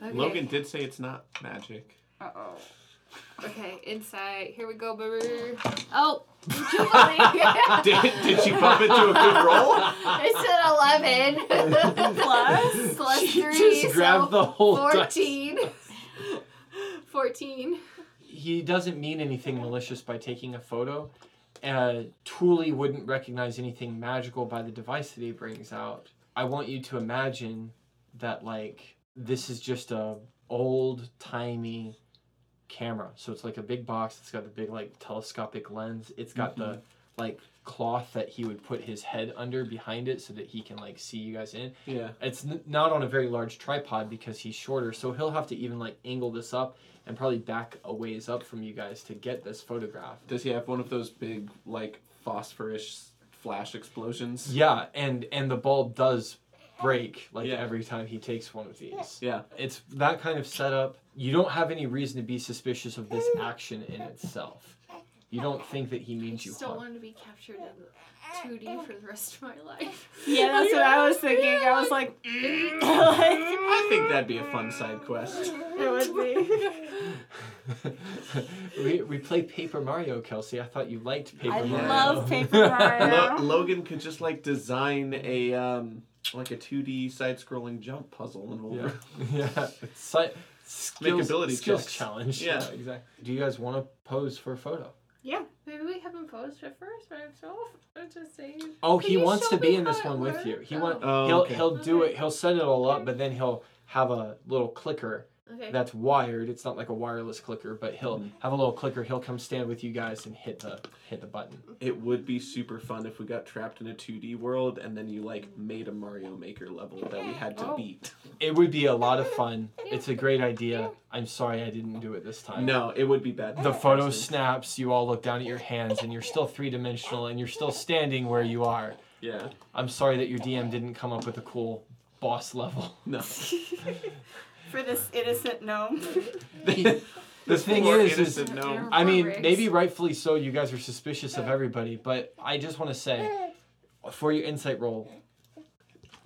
Speaker 5: Okay.
Speaker 2: Logan did say it's not magic.
Speaker 4: Uh oh.
Speaker 5: Okay, insight. Here we go, baby. Oh, Jubilee.
Speaker 2: Did, did she pop into a good roll?
Speaker 5: I said 11.
Speaker 4: Plus?
Speaker 5: Plus
Speaker 1: she
Speaker 5: 3.
Speaker 1: just
Speaker 5: so
Speaker 1: grabbed the whole dice.
Speaker 5: 14. 14.
Speaker 1: he doesn't mean anything malicious by taking a photo. Uh, Thule wouldn't recognize anything magical by the device that he brings out. I want you to imagine that like this is just a old timey camera. So it's like a big box. It's got the big like telescopic lens. It's got the like cloth that he would put his head under behind it so that he can like see you guys in
Speaker 2: Yeah.
Speaker 1: it's n- not on a very large tripod because he's shorter, so he'll have to even like angle this up and probably back a ways up from you guys to get this photograph.
Speaker 2: Does he have one of those big, like, phosphorus flash explosions?
Speaker 1: Yeah, and and the bulb does break like
Speaker 2: Yeah.
Speaker 1: every time he takes one of these.
Speaker 2: Yeah.
Speaker 1: It's that kind of setup. You don't have any reason to be suspicious of this action in itself. You don't think that he means you
Speaker 9: Still
Speaker 1: harm.
Speaker 9: wanted to be captured in 2D for the rest of my life.
Speaker 4: Yeah, that's what I was thinking. I was like,
Speaker 2: I think that'd be a fun side quest.
Speaker 4: it would be.
Speaker 1: we, we play Paper Mario, Kelsey. I thought you liked Paper
Speaker 4: I
Speaker 1: Mario.
Speaker 4: love Paper Mario.
Speaker 2: Lo- Logan could just, like, design a, um, like a 2D side scrolling jump puzzle and we'll
Speaker 1: Yeah. yeah. Sci- skills,
Speaker 2: ability
Speaker 1: skills
Speaker 2: checks.
Speaker 1: challenge.
Speaker 2: Yeah.
Speaker 1: exactly. Do you guys want to pose for a photo?
Speaker 9: Maybe we haven't posed it first by himself. I'm just saying.
Speaker 1: Oh,
Speaker 9: Can
Speaker 1: he
Speaker 9: you
Speaker 1: wants
Speaker 9: show
Speaker 1: to be
Speaker 9: me
Speaker 1: in this
Speaker 9: how it
Speaker 1: one with you.
Speaker 9: works?
Speaker 1: He want
Speaker 2: Oh,
Speaker 1: he'll
Speaker 2: okay.
Speaker 1: he'll do
Speaker 9: Okay.
Speaker 1: it. He'll set it all up, but then he'll have a little clicker
Speaker 9: Okay.
Speaker 1: that's wired. It's not like a wireless clicker, but he'll
Speaker 2: Mm-hmm.
Speaker 1: have a little clicker. He'll come stand with you guys and hit the hit the button.
Speaker 9: Mm-hmm.
Speaker 2: It would be super fun if we got trapped in a 2D world and then you like made a Mario Maker level that we had to
Speaker 9: Oh.
Speaker 2: beat.
Speaker 1: It would be a lot of fun. It's a great idea. I'm sorry I didn't do it this time.
Speaker 2: No, it would be bad.
Speaker 1: The photo
Speaker 2: Personally.
Speaker 1: snaps, you all look down at your hands and you're still three-dimensional and you're still standing where you are.
Speaker 2: Yeah.
Speaker 1: I'm sorry that your DM didn't come up with a cool boss level.
Speaker 2: No.
Speaker 4: For this innocent gnome.
Speaker 1: The thing
Speaker 2: poor
Speaker 1: is, is
Speaker 2: innocent gnome.
Speaker 1: I mean,
Speaker 9: Riggs.
Speaker 1: maybe rightfully so, you guys are suspicious of everybody, but I just want to say, for your insight roll,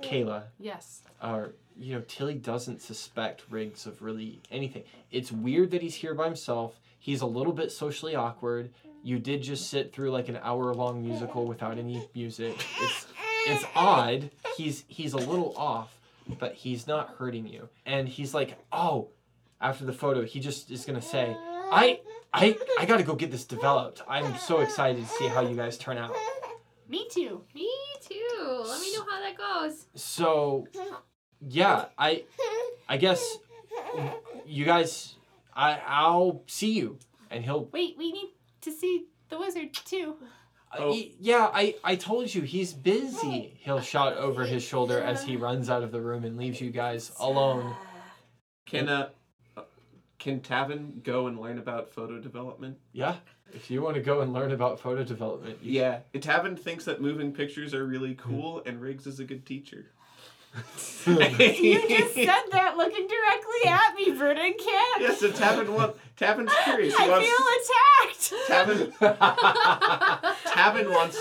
Speaker 1: Kayla,
Speaker 9: Yes.
Speaker 1: or you know, Tilly doesn't suspect Riggs of really anything. It's weird that he's here by himself. He's a little bit socially awkward. You did just sit through like an hour-long musical without any music. It's it's odd. He's he's a little off, but he's not hurting you. And he's like, oh, after the photo, he just is gonna say, I I I gotta go get this developed. I'm so excited to see how you guys turn out.
Speaker 9: Me too. Me too. Let me know how that goes.
Speaker 1: So yeah, I I guess you guys I I'll see you. And he'll
Speaker 9: Wait, we need to see the wizard too.
Speaker 2: Oh.
Speaker 1: I- yeah, I I told you he's busy. He'll shout over his shoulder as he runs out of the room and leaves you guys alone.
Speaker 2: Can uh, can Tavin go and learn about photo development?
Speaker 1: Yeah. If you want to go and learn about photo development, you
Speaker 2: Yeah. Hmm. Tavin thinks that moving pictures are really cool, and Riggs is a good teacher.
Speaker 4: You just said that looking directly at me, Vernon can't.
Speaker 2: Yeah, so Tavin want, Tavin's curious. He wants,
Speaker 4: I feel attacked.
Speaker 2: Tavin, Tavin wants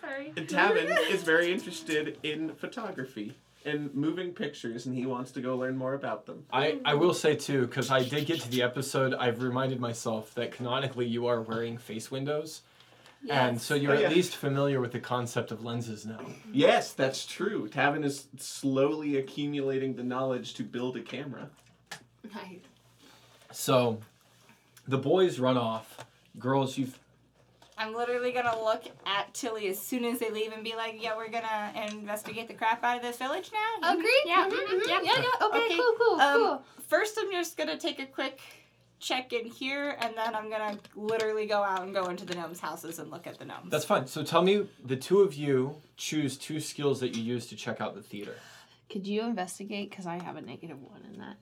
Speaker 9: Sorry.
Speaker 2: And Tavin is very interested in photography and moving pictures, and he wants to go learn more about them.
Speaker 1: I, I will say too, because I did get to the episode, I've reminded myself that canonically you are wearing face windows. And so you're
Speaker 2: Oh, yeah.
Speaker 1: at least familiar with the concept of lenses now.
Speaker 2: Yes, that's true. Tavin is slowly accumulating the knowledge to build a camera.
Speaker 9: Nice.
Speaker 1: So the boys run off. Girls, you've.
Speaker 4: I'm literally gonna look at Tilly as soon as they leave and be like, "Yeah, we're gonna investigate the crap out of this village now."
Speaker 5: Agreed?
Speaker 9: Yeah,
Speaker 5: Mhm,
Speaker 9: mhm,
Speaker 5: mhm,
Speaker 9: yeah.
Speaker 5: Yeah, yeah. Okay,
Speaker 4: Okay,
Speaker 5: cool, cool,
Speaker 4: um,
Speaker 5: cool.
Speaker 4: First, I'm just gonna take a quick check in here, and then I'm gonna literally go out and go into the gnomes' houses and look at the gnomes.
Speaker 1: That's fine. So tell me, the two of you choose two skills that you use to check out the theater.
Speaker 5: Could you investigate? Because I have a negative one in that.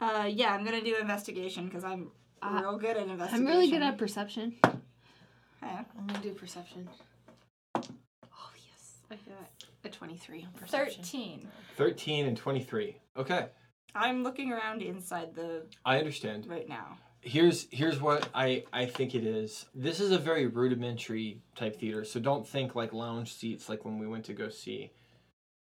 Speaker 4: Uh, yeah, I'm gonna do investigation because I'm
Speaker 7: Uh,
Speaker 4: real good at
Speaker 7: I'm
Speaker 4: investigation.
Speaker 7: really good at perception.
Speaker 4: Yeah.
Speaker 5: I'm gonna do perception.
Speaker 7: Oh yes, I got a 23 on perception.
Speaker 4: Thirteen.
Speaker 1: 13 and 23. Okay,
Speaker 4: I'm looking around inside the
Speaker 1: I understand.
Speaker 4: right now.
Speaker 1: Here's here's what I I think it is. This is a very rudimentary type theater, so don't think like lounge seats like when we went to go see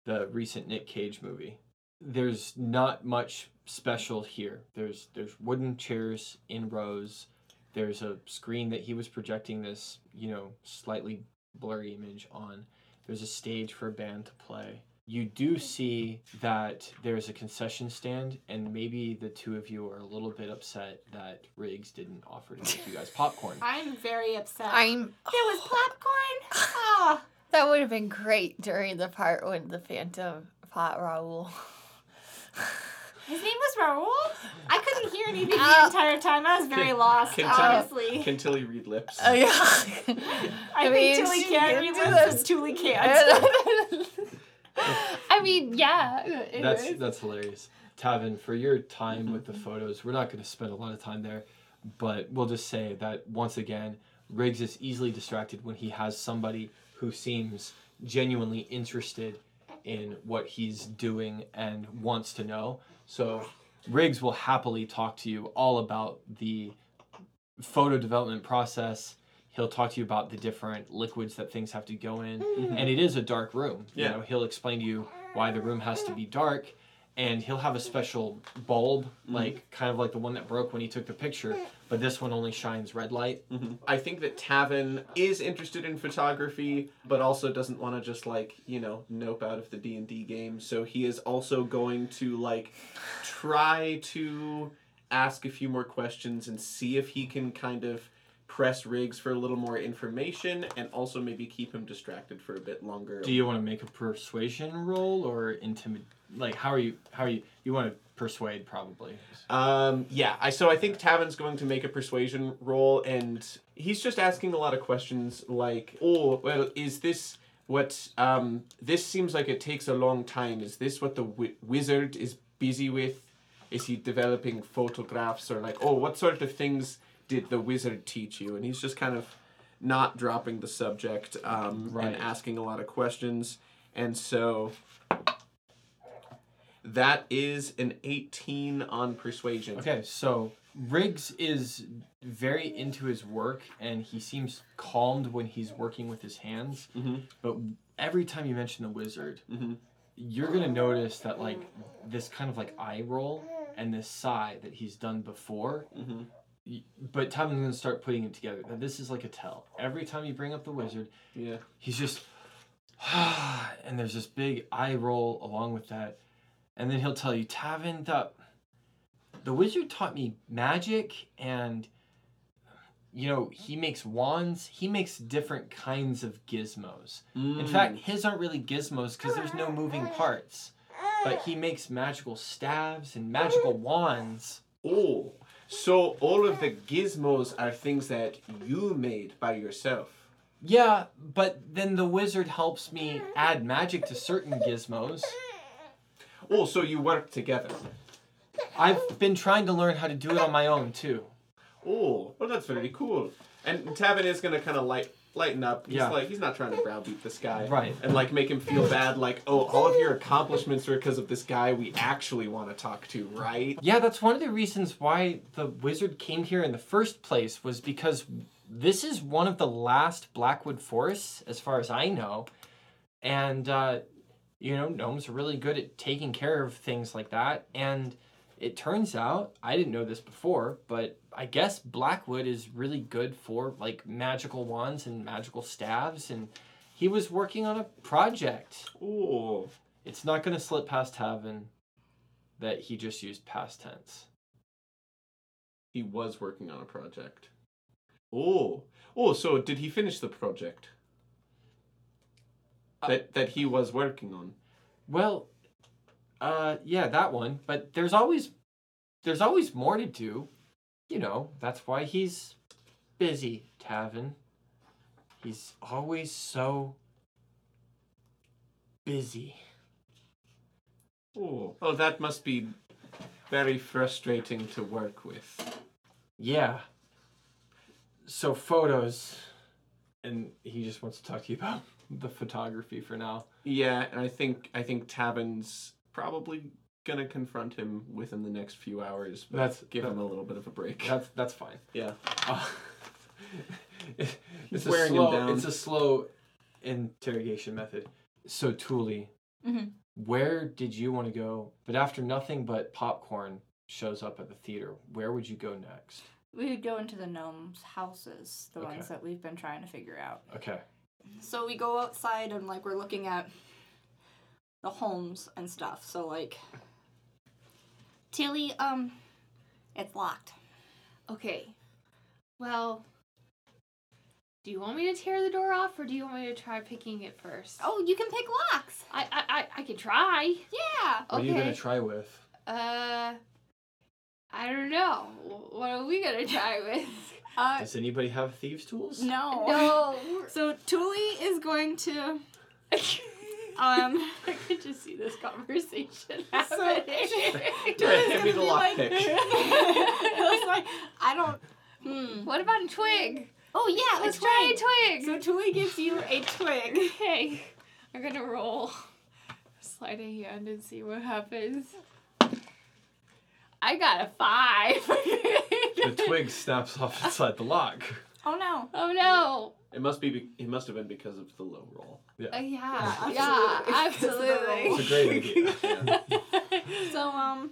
Speaker 1: the recent Nick Cage movie. There's not much special here. There's there's wooden chairs in rows. There's a screen that he was projecting this, you know, slightly blurry image on. There's a stage for a band to play. You do see that there's a concession stand, and maybe the two of you are a little bit upset that Riggs didn't offer to give you guys popcorn.
Speaker 4: I'm very upset.
Speaker 5: I'm.
Speaker 4: It was popcorn. Ah.
Speaker 3: That would have been great during the part when the Phantom fought Raul.
Speaker 4: His name was Raul. I couldn't hear anything the
Speaker 7: Oh.
Speaker 3: Ow.
Speaker 4: entire time. I was very lost,
Speaker 2: Continue.
Speaker 4: honestly.
Speaker 2: Can Tilly read lips?
Speaker 3: Oh yeah.
Speaker 4: I,
Speaker 3: I
Speaker 4: think
Speaker 3: mean,
Speaker 4: Tilly
Speaker 3: she
Speaker 4: can't
Speaker 3: can
Speaker 4: read
Speaker 3: do
Speaker 4: lips. Tilly can't.
Speaker 7: I mean, yeah. it
Speaker 1: That's
Speaker 7: is.
Speaker 1: that's hilarious. Tavin, for your time with the photos, we're not going to spend a lot of time there, but we'll just say that once again, Riggs is easily distracted when he has somebody who seems genuinely interested in what he's doing and wants to know. So Riggs will happily talk to you all about the photo development process. He'll talk to you about the different liquids that things have to go in. And it is a dark room.
Speaker 2: Yeah.
Speaker 1: You know, he'll explain to you why the room has to be dark and he'll have a special bulb, like kind of like the one that broke when he took the picture, but this one only shines red light.
Speaker 2: Mm-hmm. I think that Tavin is interested in photography, but also doesn't want to just like you know nope out of the D and D game. So he is also going to like try to ask a few more questions and see if he can kind of press Riggs for a little more information, and also maybe keep him distracted for a bit longer.
Speaker 1: Do you want to make a persuasion roll or intimid? Like how are you? How are you? You want to persuade probably.
Speaker 2: Um, yeah, I so I think Tavin's going to make a persuasion roll, and he's just asking a lot of questions like, "Oh, well, is this what? Um, this seems like it takes a long time. Is this what the wi- wizard is busy with? Is he developing photographs or like, oh, what sort of things did the wizard teach you?" And he's just kind of not dropping the subject um,
Speaker 1: Right.
Speaker 2: and asking a lot of questions, and so. That is an 18 on persuasion.
Speaker 1: Okay, so Riggs is very into his work and he seems calmed when he's working with his hands.
Speaker 2: Mhm.
Speaker 1: But every time you mention the wizard,
Speaker 2: Mhm.
Speaker 1: you're gonna notice that like this kind of like eye roll and this sigh that he's done before.
Speaker 2: Mhm.
Speaker 1: Y- But Tavin's gonna start putting it together. That this is like a tell. Every time you bring up the wizard,
Speaker 2: Yeah.
Speaker 1: he's just and there's this big eye roll along with that and then he'll tell you tavin the, the wizard taught me magic and you know he makes wands he makes different kinds of gizmos in fact his aren't really gizmos because there's no moving parts but he makes magical staves and magical wands
Speaker 2: Oh, so all of the gizmos are things that you made by yourself.
Speaker 1: yeah but then the wizard helps me add magic to certain gizmos
Speaker 2: Oh, so you work together.
Speaker 1: I've been trying to learn how to do it on my own too.
Speaker 2: Oh, well, that's very cool. And Tavin is gonna kind of light lighten up. He's
Speaker 1: Yeah.
Speaker 2: like he's not trying to browbeat this guy.
Speaker 1: Right.
Speaker 2: And like make him feel bad. Like oh, all of your accomplishments are because of this guy we actually want to talk to, right?
Speaker 1: Yeah, that's one of the reasons why the wizard came here in the first place was because this is one of the last Blackwood forests, as far as I know, and uh, you know gnomes are really good at taking care of things like that. And it turns out I didn't know this before, but I guess Blackwood is really good for like magical wands and magical staves, and he was working on a project.
Speaker 2: Oh,
Speaker 1: It's not going to slip past Tavin that he just used past tense.
Speaker 2: he was working on a project. Oh, oh, so did he finish the project?
Speaker 1: Uh,
Speaker 2: That, that he was working on.
Speaker 1: Well, uh, yeah, that one. But there's always, there's always more to do. You know, that's why he's busy, Tavin. He's always so busy.
Speaker 2: Oh, oh, that must be very frustrating to work with.
Speaker 1: Yeah. So photos, and he just wants to talk to you about the photography for now.
Speaker 2: Yeah, and I think I think Tavin's probably gonna confront him within the next few hours. But
Speaker 1: That's-
Speaker 2: give
Speaker 1: that-
Speaker 2: him a little bit of a break.
Speaker 1: That's that's fine.
Speaker 2: Yeah.
Speaker 1: Uh, it- it's
Speaker 2: He's wearing
Speaker 1: a
Speaker 2: him
Speaker 1: slow.
Speaker 2: down.
Speaker 1: It's a slow interrogation method. So Thule,
Speaker 4: Mhm.
Speaker 1: where did you want to go? But after nothing but popcorn shows up at the theater, where would you go next?
Speaker 7: We would go into the gnomes' houses, the
Speaker 1: Okay.
Speaker 7: ones that we've been trying to figure out.
Speaker 1: Okay.
Speaker 7: So we go outside and like we're looking at the homes and stuff. So like Tilly, um it's locked.
Speaker 5: Okay. Well, do you want me to tear the door off or do you want me to try picking it first?
Speaker 7: Oh, you can pick locks.
Speaker 5: I I I, I could try.
Speaker 7: Yeah.
Speaker 1: What are you gonna
Speaker 5: Okay.
Speaker 1: try with?
Speaker 5: Uh I don't know. Wh- What are we gonna try with?
Speaker 7: Uh
Speaker 1: Does anybody have thieves' tools?
Speaker 7: no.
Speaker 5: no.
Speaker 7: So Tuli is going to
Speaker 5: Um I could just see this conversation happening.
Speaker 2: Alright, hand me the
Speaker 7: like,
Speaker 2: lockpick.
Speaker 7: I was like, I don't hmm.
Speaker 5: what about a twig?
Speaker 7: Oh yeah,
Speaker 5: Let's
Speaker 7: let's
Speaker 5: try
Speaker 7: try.
Speaker 5: a twig.
Speaker 7: So Tuli gives you a twig.
Speaker 5: Okay. I'm gonna roll. Slide a hand and see what happens. I got a
Speaker 1: The
Speaker 5: five.
Speaker 1: twig snaps off inside the lock.
Speaker 7: Oh no.
Speaker 5: oh no.
Speaker 2: It must be, be. It must have been because of the low roll.
Speaker 5: Uh, yeah,
Speaker 7: Yeah,
Speaker 5: yeah, absolutely.
Speaker 7: absolutely.
Speaker 1: It's a great idea.
Speaker 2: Yeah.
Speaker 7: So um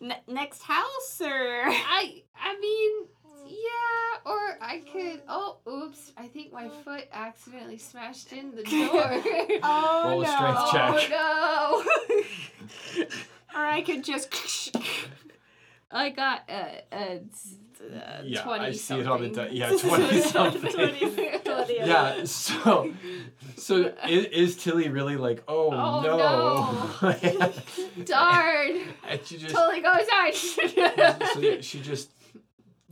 Speaker 7: ne- next house or
Speaker 5: I I mean, yeah, or I could. Oh, oops! I think my foot accidentally smashed in the door.
Speaker 7: Oh
Speaker 1: Roll a
Speaker 7: no.
Speaker 1: strength
Speaker 5: oh
Speaker 1: check.
Speaker 5: no!
Speaker 7: Or I could just
Speaker 5: I got a a, s- a
Speaker 1: Yeah,
Speaker 5: twenty.
Speaker 1: I see it on the
Speaker 5: something.
Speaker 1: di- yeah twenty something. yeah so so is, is tilly really like oh,
Speaker 5: Oh,
Speaker 1: no,
Speaker 5: Darn!
Speaker 1: and she just
Speaker 5: Totally goes out.
Speaker 1: so yeah, she just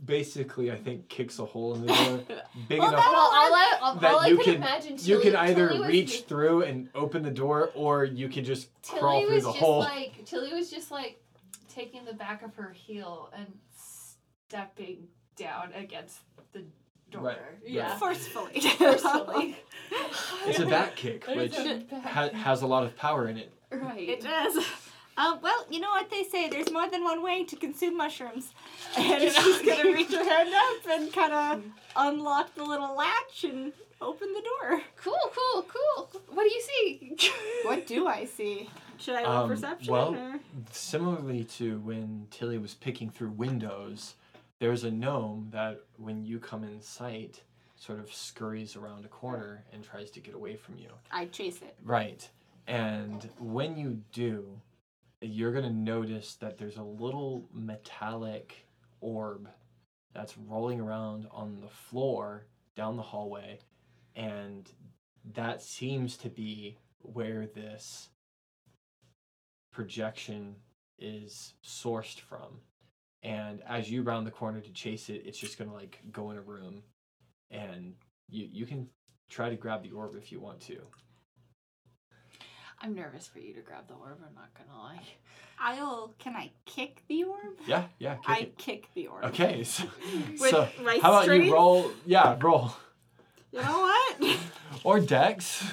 Speaker 1: basically i think kicks a hole in the door big
Speaker 5: well,
Speaker 1: enough
Speaker 5: all I, all
Speaker 1: that
Speaker 5: I
Speaker 1: you
Speaker 5: could
Speaker 1: can-
Speaker 5: imagine. Tilly,
Speaker 1: you can either
Speaker 5: Tilly was-
Speaker 1: reach through and open the door or you can just
Speaker 5: Tilly
Speaker 1: crawl through
Speaker 5: was
Speaker 1: the
Speaker 5: just
Speaker 1: hole
Speaker 5: like Tilly was just like taking the back of her heel and stepping down against the door.
Speaker 1: Right,
Speaker 5: Yeah.
Speaker 7: forcefully.
Speaker 5: Forcefully.
Speaker 1: it's a back kick which ha- has a lot of power in it
Speaker 5: right.
Speaker 7: It does. Um, well, you know what they say. There's more than one way to consume mushrooms. And she's gonna reach her hand up and kind of unlock the little latch and open the door.
Speaker 5: cool, cool, cool. What do you see?
Speaker 7: What do I see? Should I roll
Speaker 1: Um,
Speaker 7: perception?
Speaker 1: well-
Speaker 7: or-
Speaker 1: similarly to when Tilly was picking through windows, there's a gnome that when you come in sight sort of scurries around a corner and tries to get away from you.
Speaker 7: I chase it.
Speaker 1: Right. And when you do, you're going to notice that there's a little metallic orb that's rolling around on the floor down the hallway. And that seems to be where this projection is sourced from. And as you round the corner to chase it, it's just going to like go in a room. And you, you can try to grab the orb if you want to.
Speaker 5: I'm nervous for you to grab the orb. I'm not gonna lie.
Speaker 7: I'll. Can I kick the orb?
Speaker 1: Yeah, yeah. Kick
Speaker 7: I
Speaker 1: it.
Speaker 7: kick the orb.
Speaker 1: Okay, so,
Speaker 7: With
Speaker 1: so
Speaker 7: my
Speaker 1: how about
Speaker 7: strength?
Speaker 1: you roll? Yeah, roll
Speaker 7: You know what?
Speaker 1: or Dex.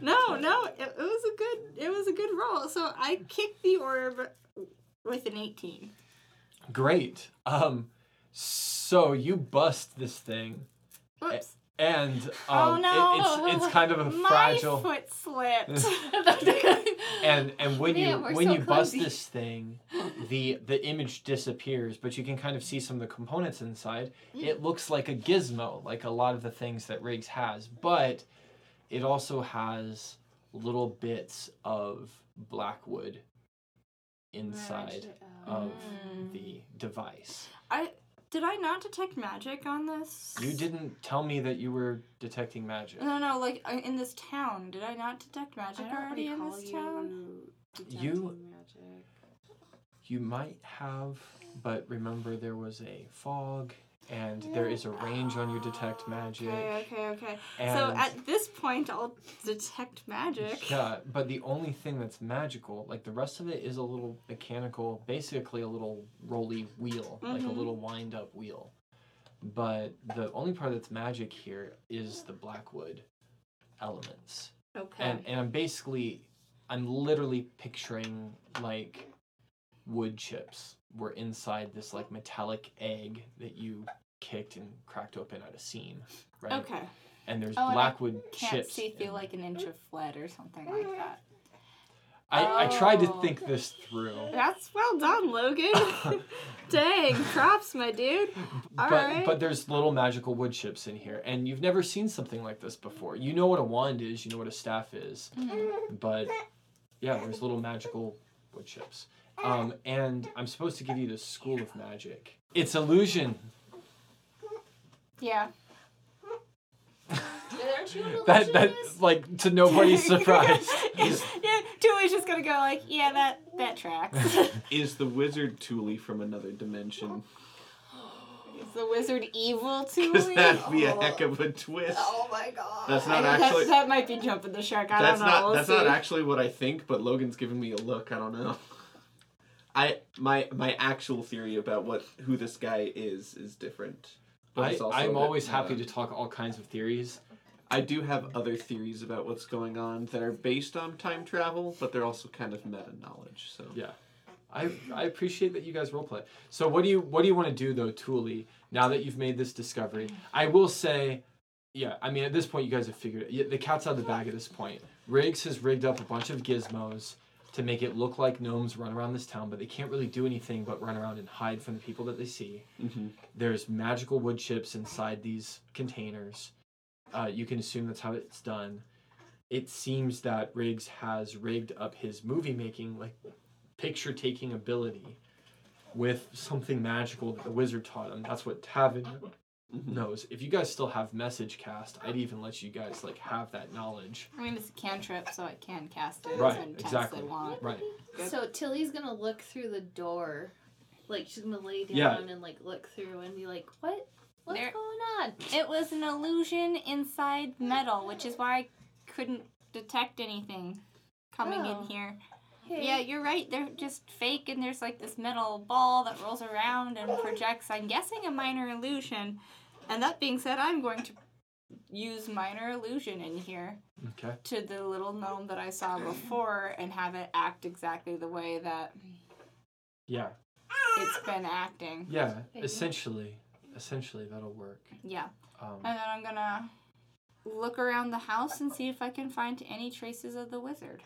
Speaker 7: No, no, it, it was a good it was a good roll. So I kicked the orb with an 18.
Speaker 1: Great. Um, so you bust this thing, Eh,
Speaker 7: Whoops.
Speaker 1: and
Speaker 7: Oh,
Speaker 1: um,
Speaker 7: no.
Speaker 1: it, it's it's kind of a
Speaker 7: My
Speaker 1: fragile.
Speaker 7: foot slipped.
Speaker 1: and and when
Speaker 5: Man,
Speaker 1: you
Speaker 5: we're
Speaker 1: when
Speaker 5: so
Speaker 1: you bust
Speaker 5: clumsy.
Speaker 1: this thing, the the image disappears, but you can kind of see some of the components inside.
Speaker 5: Mm.
Speaker 1: It looks like a gizmo, like a lot of the things that Riggs has, but it also has little bits of blackwood inside
Speaker 7: uh,
Speaker 1: of the device.
Speaker 7: I did I not detect magic on this?
Speaker 1: You didn't tell me that you were detecting magic.
Speaker 7: No, no, like I- in this town. Did I not detect magic already in this town?
Speaker 1: You- You might have, but remember there was a fog and there is a range on your detect magic.
Speaker 7: Okay, okay, okay.
Speaker 1: And
Speaker 7: so at this point, I'll detect magic.
Speaker 1: Yeah, but the only thing that's magical, like the rest of it is a little mechanical, basically a little roly wheel, like a
Speaker 7: Mhm.
Speaker 1: little wind up wheel. But the only part that's magic here is the blackwood elements.
Speaker 7: Okay.
Speaker 1: And and I'm basically I'm literally picturing like wood chips were inside this like metallic egg that you kicked and cracked open at a seam, right?
Speaker 7: Okay.
Speaker 1: And there's
Speaker 7: Oh, and I
Speaker 1: blackwood
Speaker 7: Can't
Speaker 1: chips.
Speaker 7: see
Speaker 1: in
Speaker 7: through
Speaker 1: there.
Speaker 7: like an inch of lead or something like that.
Speaker 1: I, I tried to
Speaker 7: Oh.
Speaker 1: think this through.
Speaker 7: That's well done, Logan. Dang, props, my dude.
Speaker 1: but
Speaker 7: Alright.
Speaker 1: but there's little magical wood chips in here, and you've never seen something like this before. You know what a wand is, you know what a staff is,
Speaker 2: Mm-hmm.
Speaker 1: but yeah, there's little magical wood chips. Um, and I'm supposed to give you the school of magic. It's illusion.
Speaker 7: Yeah.
Speaker 1: That that like to nobody's surprise.
Speaker 7: yeah, Tuli's just gonna go like, yeah, that that tracks.
Speaker 2: Is the wizard Thule from another dimension?
Speaker 7: Is the wizard evil,
Speaker 2: Because
Speaker 7: Tuli?
Speaker 2: that'd be a heck of a twist.
Speaker 9: Oh my god.
Speaker 2: That's
Speaker 7: I-
Speaker 2: not
Speaker 7: that-
Speaker 2: actually.
Speaker 7: that might be jumping the shark. I
Speaker 2: That's
Speaker 7: don't know.
Speaker 2: not.
Speaker 7: We'll
Speaker 2: That's
Speaker 7: see.
Speaker 2: not actually what I think. But Logan's giving me a look. I don't know. I my my actual theory about what who this guy is is different. But
Speaker 1: I,
Speaker 2: it's also a
Speaker 1: I'm
Speaker 2: bit,
Speaker 1: always happy
Speaker 2: uh,
Speaker 1: to talk all kinds of theories.
Speaker 2: I do have other theories about what's going on that are based on time travel, but they're also kind of meta knowledge. So
Speaker 1: Yeah. I, I appreciate that you guys roleplay. So what do you what do you want to do though, Thule, now that you've made this discovery? I will say, yeah, I mean at this point you guys have figured it. yeah, the cat's out of the bag at this point. Riggs has rigged up a bunch of gizmos to make it look like gnomes run around this town, but they can't really do anything but run around and hide from the people that they see.
Speaker 2: Mhm.
Speaker 1: There's magical wood chips inside these containers. Uh, you can assume that's how it's done. It seems that Riggs has rigged up his movie making like picture taking ability with something magical that the wizard taught him. That's what Tavin knows. If you guys still have message cast, I'd even let you guys like have that knowledge.
Speaker 7: I mean, it's a cantrip, so I can cast it
Speaker 1: Right,
Speaker 7: and
Speaker 1: exactly.
Speaker 7: they want.
Speaker 1: Right.
Speaker 9: So Tilly's gonna look through the door. Like she's gonna lay down
Speaker 1: Yeah.
Speaker 9: and like look through and be like, What what's
Speaker 7: There-
Speaker 9: going on?
Speaker 7: It was an illusion inside metal, which is why I couldn't detect anything coming
Speaker 9: Oh.
Speaker 7: in here.
Speaker 9: Hey.
Speaker 7: Yeah, you're right. They're just fake, and there's like this metal ball that rolls around and projects, I'm guessing, a minor illusion. And that being said, I'm going to use minor illusion in here
Speaker 1: Okay.
Speaker 7: to the little gnome that I saw before and have it act exactly the way that
Speaker 1: Yeah.
Speaker 7: it's been acting.
Speaker 1: Yeah. Essentially. Essentially that'll work.
Speaker 7: Yeah.
Speaker 1: Um,
Speaker 7: And then I'm gonna look around the house and see if I can find any traces of the wizard.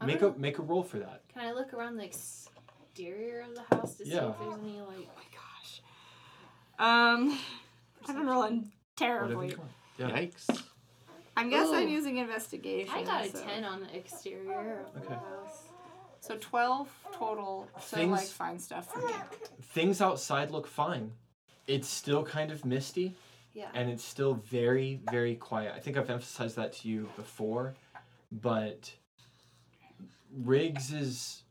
Speaker 9: I'm
Speaker 1: make
Speaker 9: gonna-
Speaker 1: a make a roll for that.
Speaker 9: Can I look around the exterior of the house to see
Speaker 1: Yeah.
Speaker 9: if there's any like
Speaker 7: Oh my gosh. Um, I've been rolling
Speaker 1: Whatever
Speaker 7: terribly.
Speaker 1: you want. Yeah.
Speaker 2: yikes!
Speaker 7: I guess I'm
Speaker 9: Ooh.
Speaker 7: using investigation.
Speaker 9: I got a
Speaker 7: so.
Speaker 9: ten on the exterior of
Speaker 10: Oh.
Speaker 1: Okay.
Speaker 9: the house.
Speaker 7: So 12 total to
Speaker 1: Things-
Speaker 7: like find stuff for me.
Speaker 1: Things outside look fine. It's still kind of misty.
Speaker 9: Yeah.
Speaker 1: and it's still very very quiet i think i've emphasized that to you before but riggs's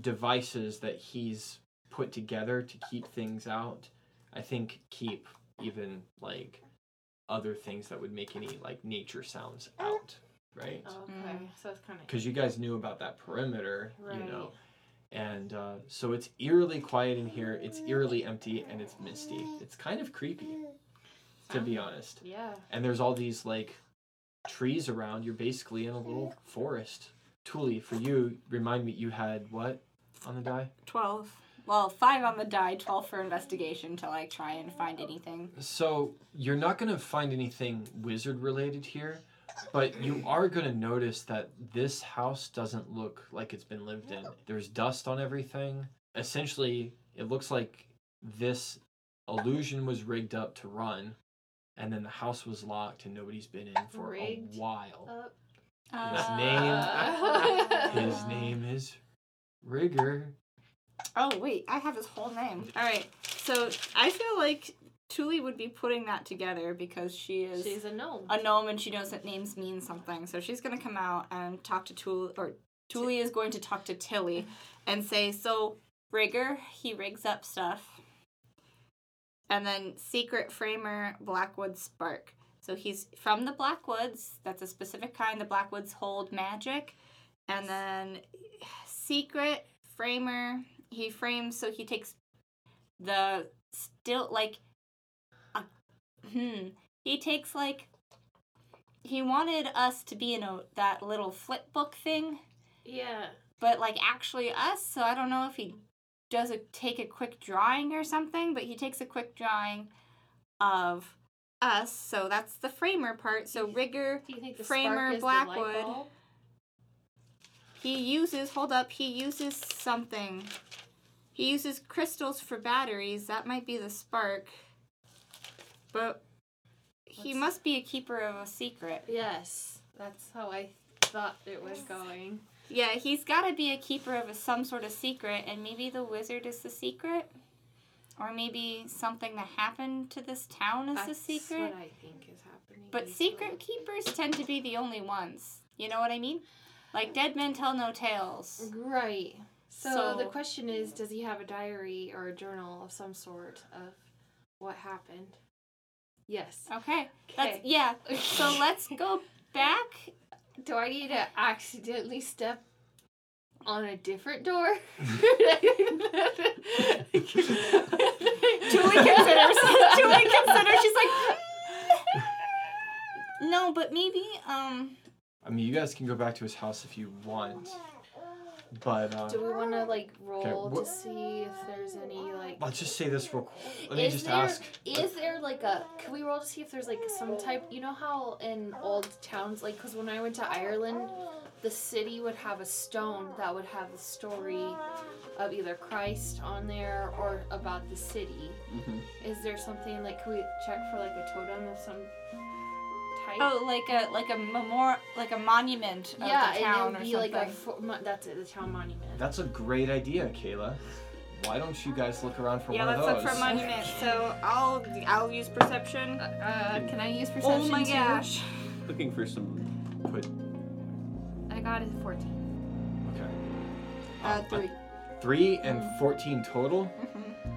Speaker 1: devices that he's put together to keep things out i think keep even like other things that would make any like nature sounds out right
Speaker 9: Oh, okay.
Speaker 7: Mm.
Speaker 9: So it's kinda
Speaker 1: because you guys knew about that perimeter you
Speaker 9: Right.
Speaker 1: know and uh, so it's eerily quiet in here it's eerily empty and it's misty it's kind of creepy to be honest
Speaker 9: Yeah.
Speaker 1: and there's all these like trees around. You're basically in a little forest. Thule, for you, remind me you had what on the die?
Speaker 7: 12. Well, 5 on the die, 12 for investigation till I try and find anything.
Speaker 1: So you're not gonna find anything wizard related here, but you are gonna notice that this house doesn't look like it's been lived in. There's dust on everything. Essentially, it looks like this illusion was rigged up to run, and then the house was locked and nobody's been in for
Speaker 9: Rigged
Speaker 1: a while.
Speaker 9: Up.
Speaker 1: His name- His
Speaker 7: Uh.
Speaker 1: name is Rigger.
Speaker 7: Oh, wait, I have his whole name. All right, so I feel like Tuli would be putting that together because she is
Speaker 9: She's a gnome.
Speaker 7: a gnome and she knows that names mean something. So she's going to come out and talk to Tuli, or Tuli is going to talk to Tilly and say, So, Rigger, he rigs up stuff. and then secret framer Blackwood Spark. So he's from the Blackwoods. That's a specific kind. The Blackwoods hold magic, and then secret framer. He frames so he takes the still like a, hmm. He takes like he wanted us to be in a that little flip book thing
Speaker 10: Yeah.
Speaker 7: but like actually us. So I don't know if he does a take a quick drawing or something, but he takes a quick drawing of us. So that's the framer part. So rigor
Speaker 10: Do you think the
Speaker 7: Framer
Speaker 10: spark is The
Speaker 7: Blackwood.
Speaker 10: light bulb?
Speaker 7: he uses hold up, he uses something. He uses crystals for batteries. That might be the spark. But he
Speaker 10: What's-
Speaker 7: must be a keeper of a secret.
Speaker 10: Yes, that's how I thought it was going.
Speaker 7: Yeah, he's got to be a keeper of a, some sort of secret, and maybe the wizard is the secret, or maybe something that happened to this town is the
Speaker 10: That's
Speaker 7: secret.
Speaker 10: what I think is happening.
Speaker 7: But
Speaker 10: usually.
Speaker 7: secret keepers tend to be the only ones. You know what I mean? Like dead men tell no tales.
Speaker 10: Right. So, the
Speaker 7: So-
Speaker 10: question is, does he have a diary or a journal of some sort of what happened? Yes.
Speaker 7: Okay, that's
Speaker 10: Mm-hmm. Okay.
Speaker 7: yeah. So let's go back.
Speaker 10: Do I need to accidentally step on a different door? Julie
Speaker 7: considers. Julie considers. She's like. No, but maybe um.
Speaker 1: I mean, you guys can go back to his house if you want, but uh,
Speaker 10: Do we want to like roll
Speaker 1: wha-
Speaker 10: to see if there's any like?
Speaker 1: let's just say this real quick. Let me
Speaker 10: Is
Speaker 1: just
Speaker 10: there-
Speaker 1: ask.
Speaker 10: Is there like a? Can we roll to see if there's like some type? You know how in old towns, like, cause when I went to Ireland, the city would have a stone that would have the story of either Christ on there or about the city.
Speaker 1: Mm-hmm.
Speaker 2: Mhm.
Speaker 10: Is there something like? Can we check for like a totem of some type?
Speaker 7: Oh, like a like a memor like a monument of
Speaker 10: yeah,
Speaker 7: the
Speaker 10: and
Speaker 7: town
Speaker 10: it
Speaker 7: or
Speaker 10: would be
Speaker 7: something.
Speaker 10: like a. fo- mo- that's it, the town monument.
Speaker 1: That's a great idea, Kayla. Why don't you guys look around for
Speaker 7: yeah,
Speaker 1: one
Speaker 7: let's
Speaker 1: of those?
Speaker 7: look for a monument. So I'll I'll use perception.
Speaker 9: Uh, can I use perception?
Speaker 7: oh my
Speaker 9: too?
Speaker 7: gosh.
Speaker 2: Looking for some.
Speaker 1: Put
Speaker 9: I got a 14.
Speaker 1: okay.
Speaker 7: Uh,
Speaker 1: Um,
Speaker 7: three. Mm-hmm.
Speaker 1: Three and fourteen total.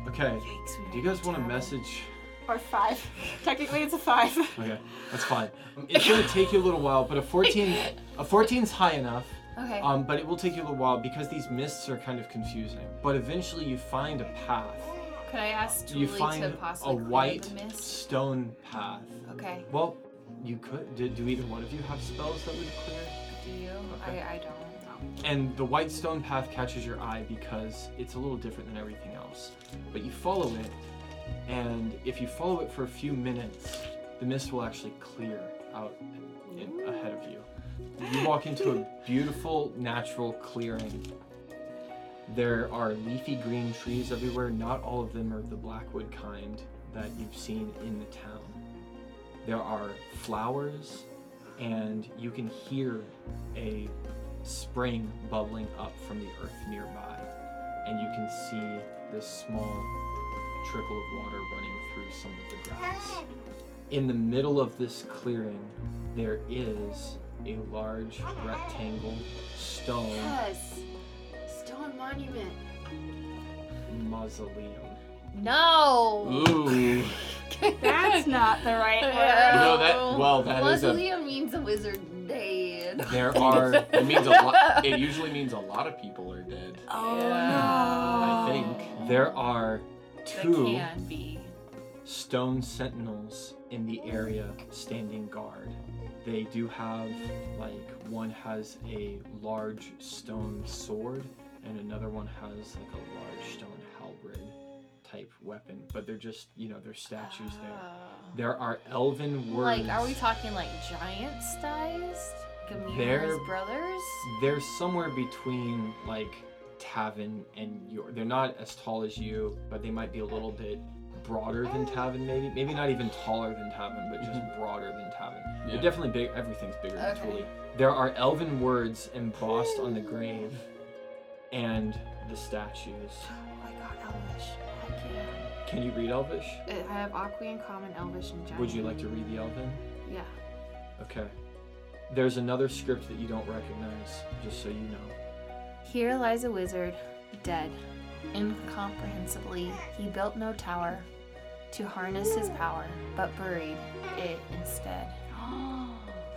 Speaker 1: Okay.
Speaker 7: Yikes, we
Speaker 1: Do you
Speaker 7: don't
Speaker 1: guys want to
Speaker 7: have
Speaker 1: message?
Speaker 7: it. Or five. Technically, it's a five.
Speaker 1: Okay, that's fine. Um, It's gonna take you a little while, but a fourteen, a fourteen's high enough.
Speaker 9: Okay.
Speaker 1: Um, but it will take you a little while because these mists are kind of confusing. But eventually, you find a path.
Speaker 9: Could I ask Julie
Speaker 1: You find
Speaker 9: to
Speaker 1: a
Speaker 9: possibly
Speaker 1: white
Speaker 9: clear the mist?
Speaker 1: stone path.
Speaker 9: Okay.
Speaker 1: Well, you could. Do, do either one of you have spells that would clear?
Speaker 9: Do you?
Speaker 1: Okay.
Speaker 9: I, I don't.
Speaker 1: And the white stone path catches your eye because it's a little different than everything else. But you follow it, and if you follow it for a few minutes, the mist will actually clear out in, in- ahead of you. You walk into a beautiful natural clearing. There are leafy green trees everywhere. Not all of them are the blackwood kind that you've seen in the town. There are flowers, and you can hear a spring bubbling up from the earth nearby, and you can see this small trickle of water running through some of the grass. In the middle of this clearing, there is a large rectangle stone
Speaker 10: Yes. Stone monument.
Speaker 1: mausoleum.
Speaker 10: No.
Speaker 2: Ooh.
Speaker 7: That's not the right word.
Speaker 1: No, that well, that is a.
Speaker 9: Mausoleum means a wizard dead.
Speaker 1: There are.
Speaker 2: It means a lot. It usually means a lot of people are dead.
Speaker 7: Oh
Speaker 2: I
Speaker 7: no.
Speaker 2: think.
Speaker 1: There are
Speaker 9: That
Speaker 1: two
Speaker 9: can be.
Speaker 1: stone sentinels in the area standing guard. They do have, like, one has a large stone sword, and another one has, like, a large stone halberd type weapon. But they're just, you know, they're statues there. There are elven words.
Speaker 5: Like, are we talking like giant sized?
Speaker 1: They're-
Speaker 5: Gamira's brothers?
Speaker 9: Oh
Speaker 1: They're somewhere between, like, Tavin and your. They're not as tall as you, but they might be a little bit broader than Tavin, maybe. Maybe not even taller than Tavin, but just broader than Tavin. They're
Speaker 2: Yeah.
Speaker 1: definitely big. Everything's bigger than
Speaker 9: Okay.
Speaker 1: Thule. There are elven words embossed on the grave and the statues.
Speaker 9: Oh my god, Elvish. I can't.
Speaker 1: Can you read Elvish?
Speaker 9: I have Aqua Common, Elvish, and Giant.
Speaker 1: Would you like to read the Elven?
Speaker 9: Yeah.
Speaker 1: Okay. There's another script that you don't recognize, just so you know.
Speaker 5: Here lies a wizard, dead. Incomprehensibly, he built no tower,
Speaker 3: to harness his power, but buried it instead.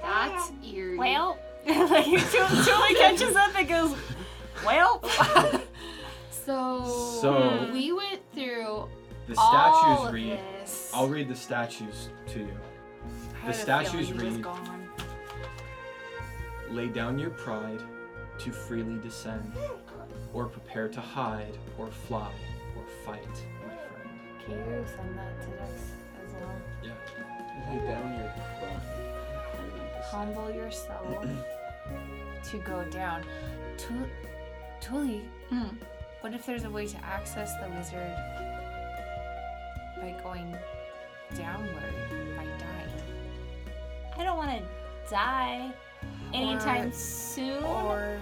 Speaker 9: That's eerie.
Speaker 7: Well, like Tuli Tuli catches up and goes, well,
Speaker 9: so,
Speaker 1: So
Speaker 9: we went through
Speaker 1: the
Speaker 9: all
Speaker 1: statues
Speaker 9: of
Speaker 1: read.
Speaker 9: this.
Speaker 1: I'll read the statues to you. The statues read. Lay down your pride to freely descend, or prepare to hide, or fly, or fight, my friend.
Speaker 5: Can you send that to Dex as well?
Speaker 2: Lay down your pride.
Speaker 5: Humble yourself to go down. Tu- Tuli,
Speaker 7: Hmm.
Speaker 1: Mm.
Speaker 5: what if there's a way to access the wizard by going downward by dying?
Speaker 7: I don't want to die anytime
Speaker 5: Or-
Speaker 7: soon.
Speaker 5: Or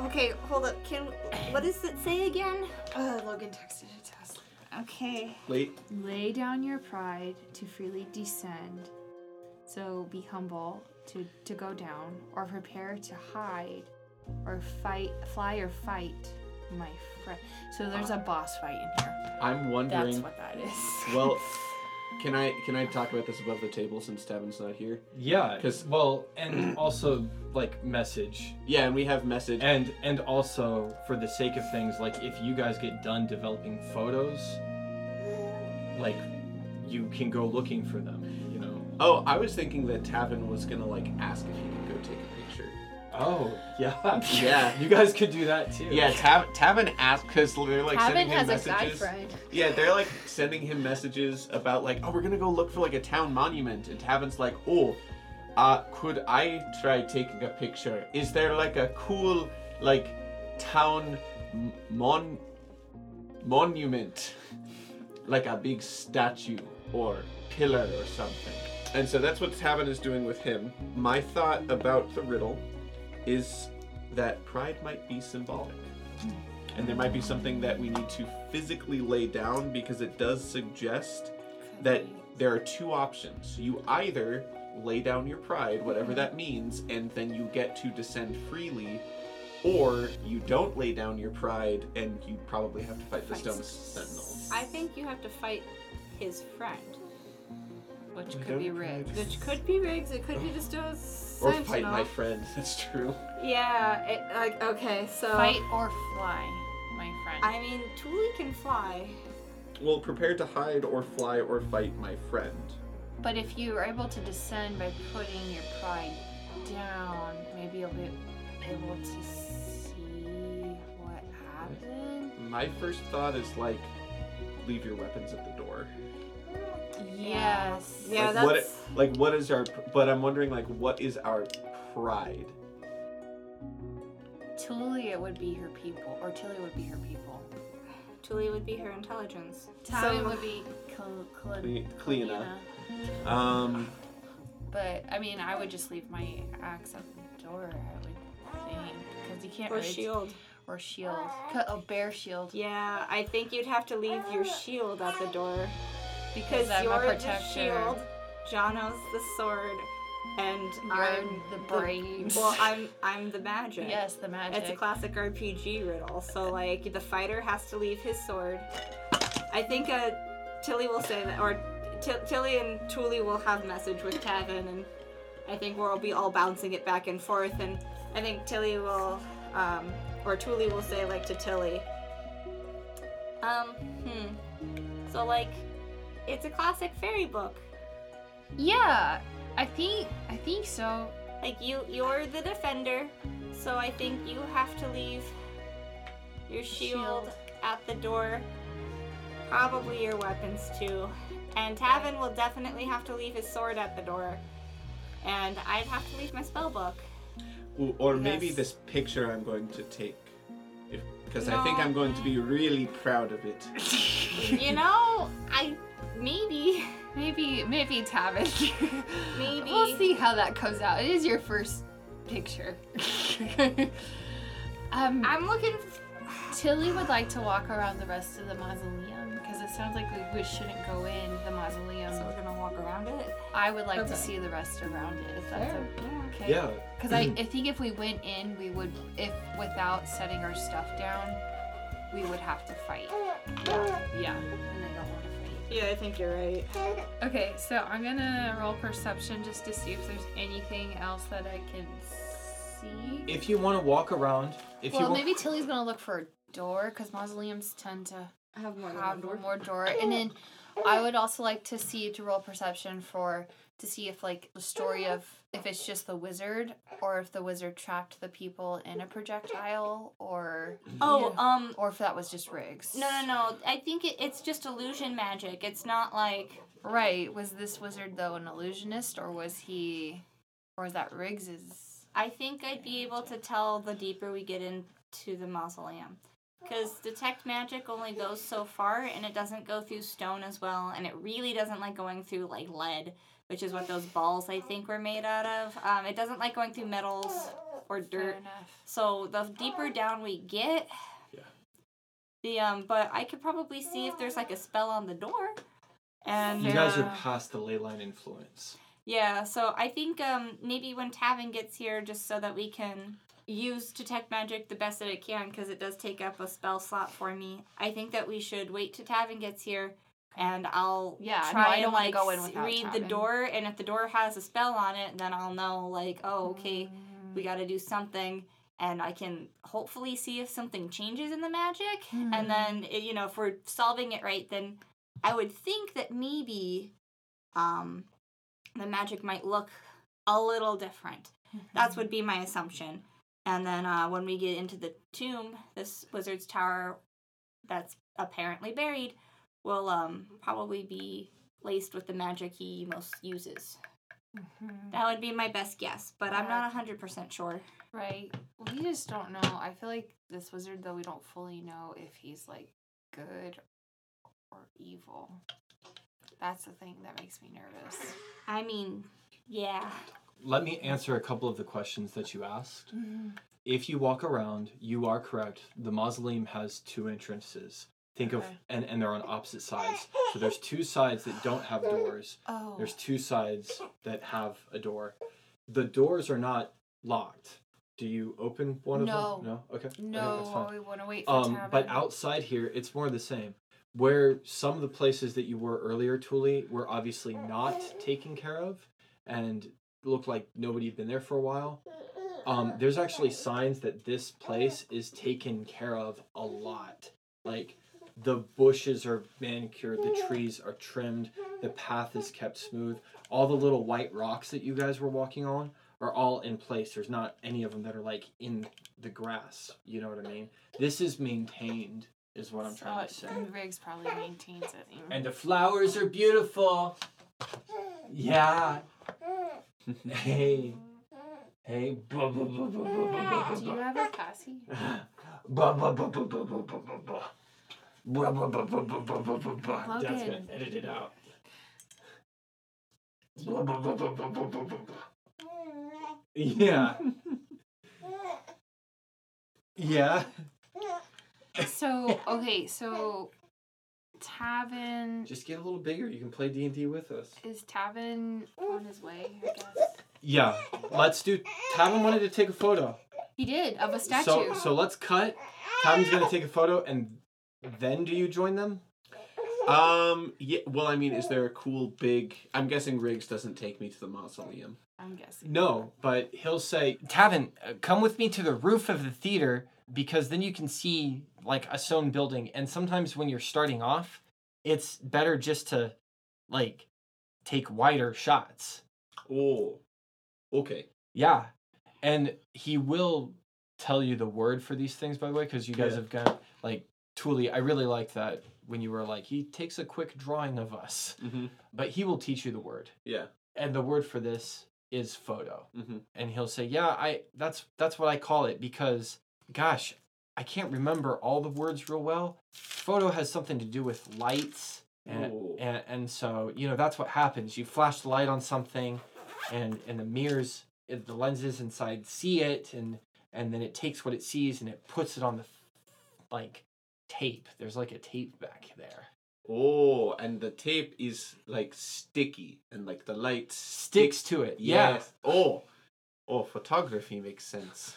Speaker 7: okay, hold up. Can what does it say again?
Speaker 9: Uh, Logan texted it to us.
Speaker 7: Okay.
Speaker 2: Lay
Speaker 9: Lay down your pride to freely descend. So be humble to, to go down, or prepare to hide, or fight, fly or fight, my friend. So there's a boss fight in here.
Speaker 2: I'm
Speaker 9: That's
Speaker 2: wondering.
Speaker 9: what that is.
Speaker 2: Well, can I can I talk about this above the table since Tevin's not here?
Speaker 1: yeah,
Speaker 2: 'Cause-
Speaker 1: well, and also like message,
Speaker 2: Yeah, and we have message.
Speaker 1: and and also for the sake of things, like if you guys get done developing photos, like you can go looking for them. You know.
Speaker 2: Oh, I was thinking that Tavin was gonna like ask if he could go take a picture.
Speaker 1: Oh yeah.
Speaker 2: Yeah.
Speaker 1: You guys could do that too.
Speaker 2: Yeah, Tav- Tavin asked because they're like
Speaker 10: Tavin
Speaker 2: sending him
Speaker 10: has a guy
Speaker 2: messages.
Speaker 10: friend.
Speaker 2: yeah, they're like sending him messages about like, oh, we're gonna go look for like a town monument, and Tavin's like, oh, uh, could I try taking a picture? Is there like a cool like town m- mon monument, like a big statue or pillar or something? And so that's what Tavin is doing with him. My thought about the riddle is that pride might be symbolic. And there might be something that we need to physically lay down because it does suggest that there are two options. You either lay down your pride, whatever that means, and then you get to descend freely, or you don't lay down your pride and you probably have to fight the stone sentinels.
Speaker 7: I think you have to fight his friend,
Speaker 5: which
Speaker 2: We
Speaker 5: could be
Speaker 2: don't-
Speaker 5: rigged.
Speaker 7: which could be Riggs. It could be just a
Speaker 2: Or
Speaker 7: sentinel.
Speaker 2: fight my friend. That's true.
Speaker 7: Yeah. It, like okay. So
Speaker 5: Fight or fly, my friend.
Speaker 7: I mean, Tuli can fly.
Speaker 2: Well, prepare to hide or fly or fight my friend.
Speaker 5: But if you are able to descend by putting your pride down, maybe you'll be able to see what happened.
Speaker 2: My first thought is like, leave your weapons at the door.
Speaker 5: Yes.
Speaker 7: Yeah,
Speaker 2: like, what-
Speaker 7: that's.
Speaker 2: like what is our but i'm wondering like what is our pride
Speaker 5: Tulia would be her people, or Tilly would be her people.
Speaker 7: Tuli would be her intelligence.
Speaker 5: Tally
Speaker 7: So-
Speaker 5: would be Cle- Cle-
Speaker 2: Cle-
Speaker 5: Cleana.
Speaker 2: Cleana. um
Speaker 5: But I mean, I would just leave my axe at the door. I would think because you can't
Speaker 7: Or
Speaker 5: raise-
Speaker 7: shield.
Speaker 5: or shield, Cut a bear shield
Speaker 7: Yeah, I think you'd have to leave your shield at the door because
Speaker 5: because I'm
Speaker 7: you're
Speaker 5: a
Speaker 7: the
Speaker 5: protector.
Speaker 7: shield, Jono's the sword, and I'm
Speaker 5: You're the brains.
Speaker 7: Well, I'm I'm the magic.
Speaker 5: yes, the magic.
Speaker 7: It's a classic RPG riddle. So like the fighter has to leave his sword. I think uh, Tilly will say that, or T- Tilly and Tuli will have message with Tavin, and I think we'll be all bouncing it back and forth. And I think Tilly will, um, or Tuli will say like to Tilly, um, hmm. So like, it's a classic fairy book.
Speaker 9: yeah, I think I think so.
Speaker 7: Like you, you're the defender, so I think you have to leave your
Speaker 9: Shield.
Speaker 7: shield, at the door. Probably your weapons too. And Tavin will definitely have to leave his sword at the door. And I'd have to leave my spell book.
Speaker 2: w- or maybe
Speaker 5: Yes.
Speaker 2: this picture i'm going to take if because i think
Speaker 7: No.
Speaker 2: i'm going to be really proud of it
Speaker 7: you know, I maybe
Speaker 9: Maybe maybe Tavin.
Speaker 7: Maybe.
Speaker 9: we'll see how that goes out. It is your first picture. um,
Speaker 7: I'm looking.
Speaker 5: Tilly would like to walk around the rest of the mausoleum because it sounds like we, we shouldn't go in the mausoleum.
Speaker 7: So we're gonna walk around it.
Speaker 5: I would like
Speaker 10: Okay.
Speaker 5: to see the rest around it. If that's
Speaker 7: Yeah.
Speaker 5: okay.
Speaker 1: Yeah.
Speaker 5: Because I, I think if we went in, we would, if without setting our stuff down, we would have to fight. Yeah. And I don't want to fight.
Speaker 4: Yeah, I think you're right.
Speaker 10: Okay, so I'm gonna roll perception just to see if there's anything else that I can see.
Speaker 1: If you want to walk around, if you
Speaker 10: well,
Speaker 1: want,
Speaker 10: maybe Tilly's gonna look for a door because mausoleums tend to
Speaker 5: I have more than
Speaker 10: have
Speaker 5: one
Speaker 10: more door.
Speaker 5: door.
Speaker 10: and then I would also like to see to roll perception for to see if like the story of if it's just the wizard or if the wizard trapped the people in a projectile or
Speaker 7: Oh, um,
Speaker 10: or if that was just rigs.
Speaker 7: No, no, no. I think it, it's just illusion magic. It's not like
Speaker 10: Right. Was this wizard though an illusionist or was he or is that Riggs's
Speaker 7: I think I'd be able to tell the deeper we get into the mausoleum. Because detect magic only goes so far, and it doesn't go through stone as well, and it really doesn't like going through like lead, which is what those balls I think were made out of. Um, it doesn't like going through metals or dirt. So the deeper down we get, the um, but I could probably see if there's like a spell on the door, and
Speaker 1: you guys
Speaker 7: uh,
Speaker 1: are past the ley line influence.
Speaker 7: Yeah, so I think um, maybe when Tavin gets here, just so that we can use detect magic the best that it can, because it does take up a spell slot for me. I think that we should wait till Tavin gets here, and I'll
Speaker 10: Yeah, no, I
Speaker 7: try
Speaker 10: don't
Speaker 7: and
Speaker 10: wanna
Speaker 7: like
Speaker 10: go in
Speaker 7: s-
Speaker 10: without
Speaker 7: read the
Speaker 10: Tavin.
Speaker 7: door, and if the door has a spell on it, then I'll know like, oh, okay, we got to do something. And I can hopefully see if something changes in the magic, and then eh, you know if we're solving it right, then I would think that maybe um, the magic might look a little different.
Speaker 9: Mm-hmm.
Speaker 7: That would be my assumption. And then uh, when we get into the tomb, this wizard's tower that's apparently buried will um, probably be laced with the magic he most uses.
Speaker 9: Mm-hmm.
Speaker 7: That would be my best guess, but I'm not 100% sure.
Speaker 10: Right.
Speaker 9: We just don't know. I feel like this wizard, though, we don't fully know if he's like good or evil. That's the thing that makes me nervous.
Speaker 7: I mean, yeah.
Speaker 1: Let me answer a couple of the questions that you asked. If you walk around, you are correct. The mausoleum has two entrances. Think of and and they're on opposite sides. So there's two sides that don't have doors.
Speaker 10: Oh.
Speaker 1: There's two sides that have a door. The doors are not locked. Do you open one of
Speaker 10: No.
Speaker 1: them? No. Okay. I think that's
Speaker 10: no,
Speaker 1: fine.
Speaker 10: we want to wait for
Speaker 1: Um,
Speaker 10: Tavin.
Speaker 1: but outside here, it's more the same. Where some of the places that you were earlier, Thule, were obviously not taken care of and looked like nobody had been there for a while. Um, there's actually signs that this place is taken care of a lot. Like the bushes are manicured, the trees are trimmed, the path is kept smooth. All the little white rocks that you guys were walking on are all in place. There's not any of them that are like in the grass. You know what I mean? This is maintained, is what I'm trying to say.
Speaker 9: Riggs probably maintains it.
Speaker 1: And the flowers are beautiful. Yeah. Hey. Hey. Ba, ba, ba, ba, ba, ba,
Speaker 10: Do you have a passy?
Speaker 1: ba, ba, ba, ba, ba, ba, ba, ba, ba. Ba, ba, ba, ba, ba, ba, ba, ba, ba. Dad's gonna
Speaker 9: Logan.
Speaker 1: edit it out. Ba, ba, ba, ba, ba, ba, ba, ba, ba. Yeah. Yeah.
Speaker 9: So okay, so Tavin
Speaker 1: Just get a little bigger. You can play D and D with us.
Speaker 9: is Tavin on his way. I guess
Speaker 1: Yeah. Let's do. Tavin wanted to take a photo.
Speaker 10: He did of a statue.
Speaker 1: So so let's cut. Tom's gonna take a photo and then do you join them?
Speaker 2: Um. Yeah. Well, I mean, is there a cool big? I'm guessing Riggs doesn't take me to the mausoleum.
Speaker 9: I'm guessing.
Speaker 1: No, but he'll say, Tavin, uh, come with me to the roof of the theater because then you can see like a stone building. And sometimes when you're starting off, it's better just to like take wider shots.
Speaker 2: Oh. Okay.
Speaker 1: Yeah. And he will tell you the word for these things, by the way, because you guys
Speaker 2: Yeah.
Speaker 1: have got like Thule. I really liked that when you were like, he takes a quick drawing of us,
Speaker 2: Mm-hmm.
Speaker 1: but he will teach you the word.
Speaker 2: Yeah.
Speaker 1: And the word for this is photo.
Speaker 2: Mm-hmm.
Speaker 1: And he'll say, "Yeah, I that's that's what I call it because gosh, I can't remember all the words real well. Photo has something to do with lights." And,
Speaker 2: Ooh.
Speaker 1: and and so, you know, that's what happens. You flash the light on something and and the mirrors and the lenses inside see it and and then it takes what it sees and it puts it on the like tape. There's like a tape back there.
Speaker 2: Oh, and the tape is like sticky, and like the light
Speaker 1: Sticks to it. Yeah.
Speaker 2: Yes. Oh. Oh, photography makes sense.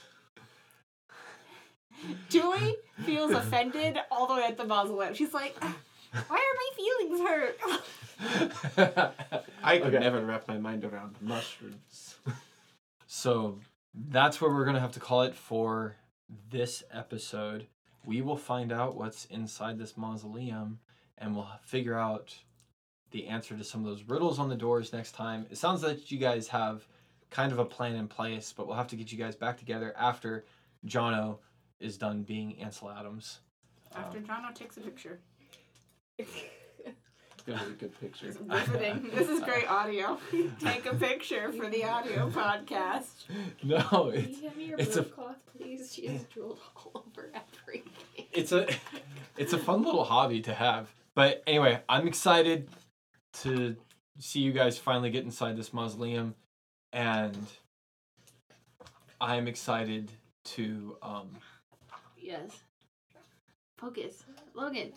Speaker 7: Julie feels offended all the way at the mausoleum. She's like, Why are my feelings hurt?
Speaker 2: I could
Speaker 1: Okay.
Speaker 2: never wrap my mind around mushrooms.
Speaker 1: So that's where we're going to have to call it for this episode. We will find out what's inside this mausoleum and we'll figure out the answer to some of those riddles on the doors next time. It sounds like you guys have kind of a plan in place, but we'll have to get you guys back together after Jono is done being Ansel Adams.
Speaker 7: After Jono takes a picture.
Speaker 2: It's gonna be a good picture.
Speaker 7: It's riveting. this is great audio. Take a picture for the audio podcast.
Speaker 1: No,
Speaker 10: Can
Speaker 1: it's
Speaker 10: you hand me your
Speaker 1: it's
Speaker 10: blue
Speaker 1: a-
Speaker 10: cloth, please? She has drooled all over everything.
Speaker 1: it's a it's a fun little hobby to have. But anyway, I'm excited to see you guys finally get inside this mausoleum, and I'm excited to um
Speaker 10: Yes. Focus. Logan.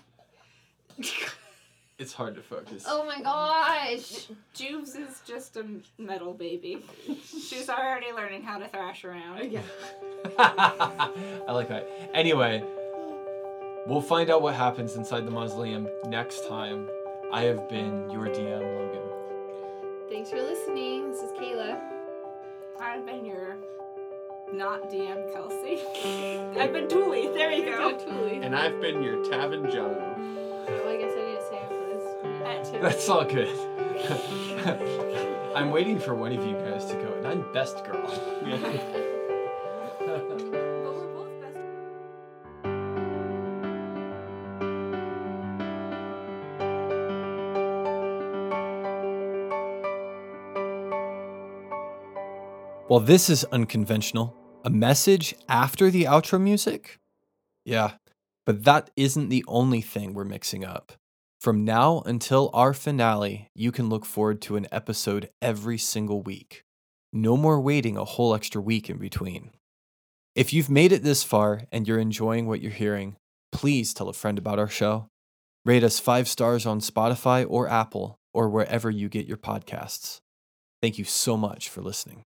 Speaker 1: it's hard to focus.
Speaker 10: Oh my gosh.
Speaker 7: Juves is just a metal baby. She's already learning how to thrash around.
Speaker 1: I like that. Anyway, we'll find out what happens inside the mausoleum next time. I have been your DM Logan.
Speaker 10: Thanks for listening. This is Kayla.
Speaker 7: I've been your not DM Kelsey. I've been Dooley. There you go.
Speaker 10: Totally.
Speaker 2: And I've been your tavern Jono.
Speaker 10: Well, I guess I didn't say it for this. That too.
Speaker 1: That's all good. I'm waiting for one of you guys to go, and I'm best girl.
Speaker 7: But we're both best
Speaker 1: Well, this is unconventional. A message after the outro music? Yeah, but that isn't the only thing we're mixing up. From now until our finale, you can look forward to an episode every single week. No more waiting a whole extra week in between. If you've made it this far and you're enjoying what you're hearing, please tell a friend about our show. Rate us five stars on Spotify or Apple or wherever you get your podcasts. Thank you so much for listening.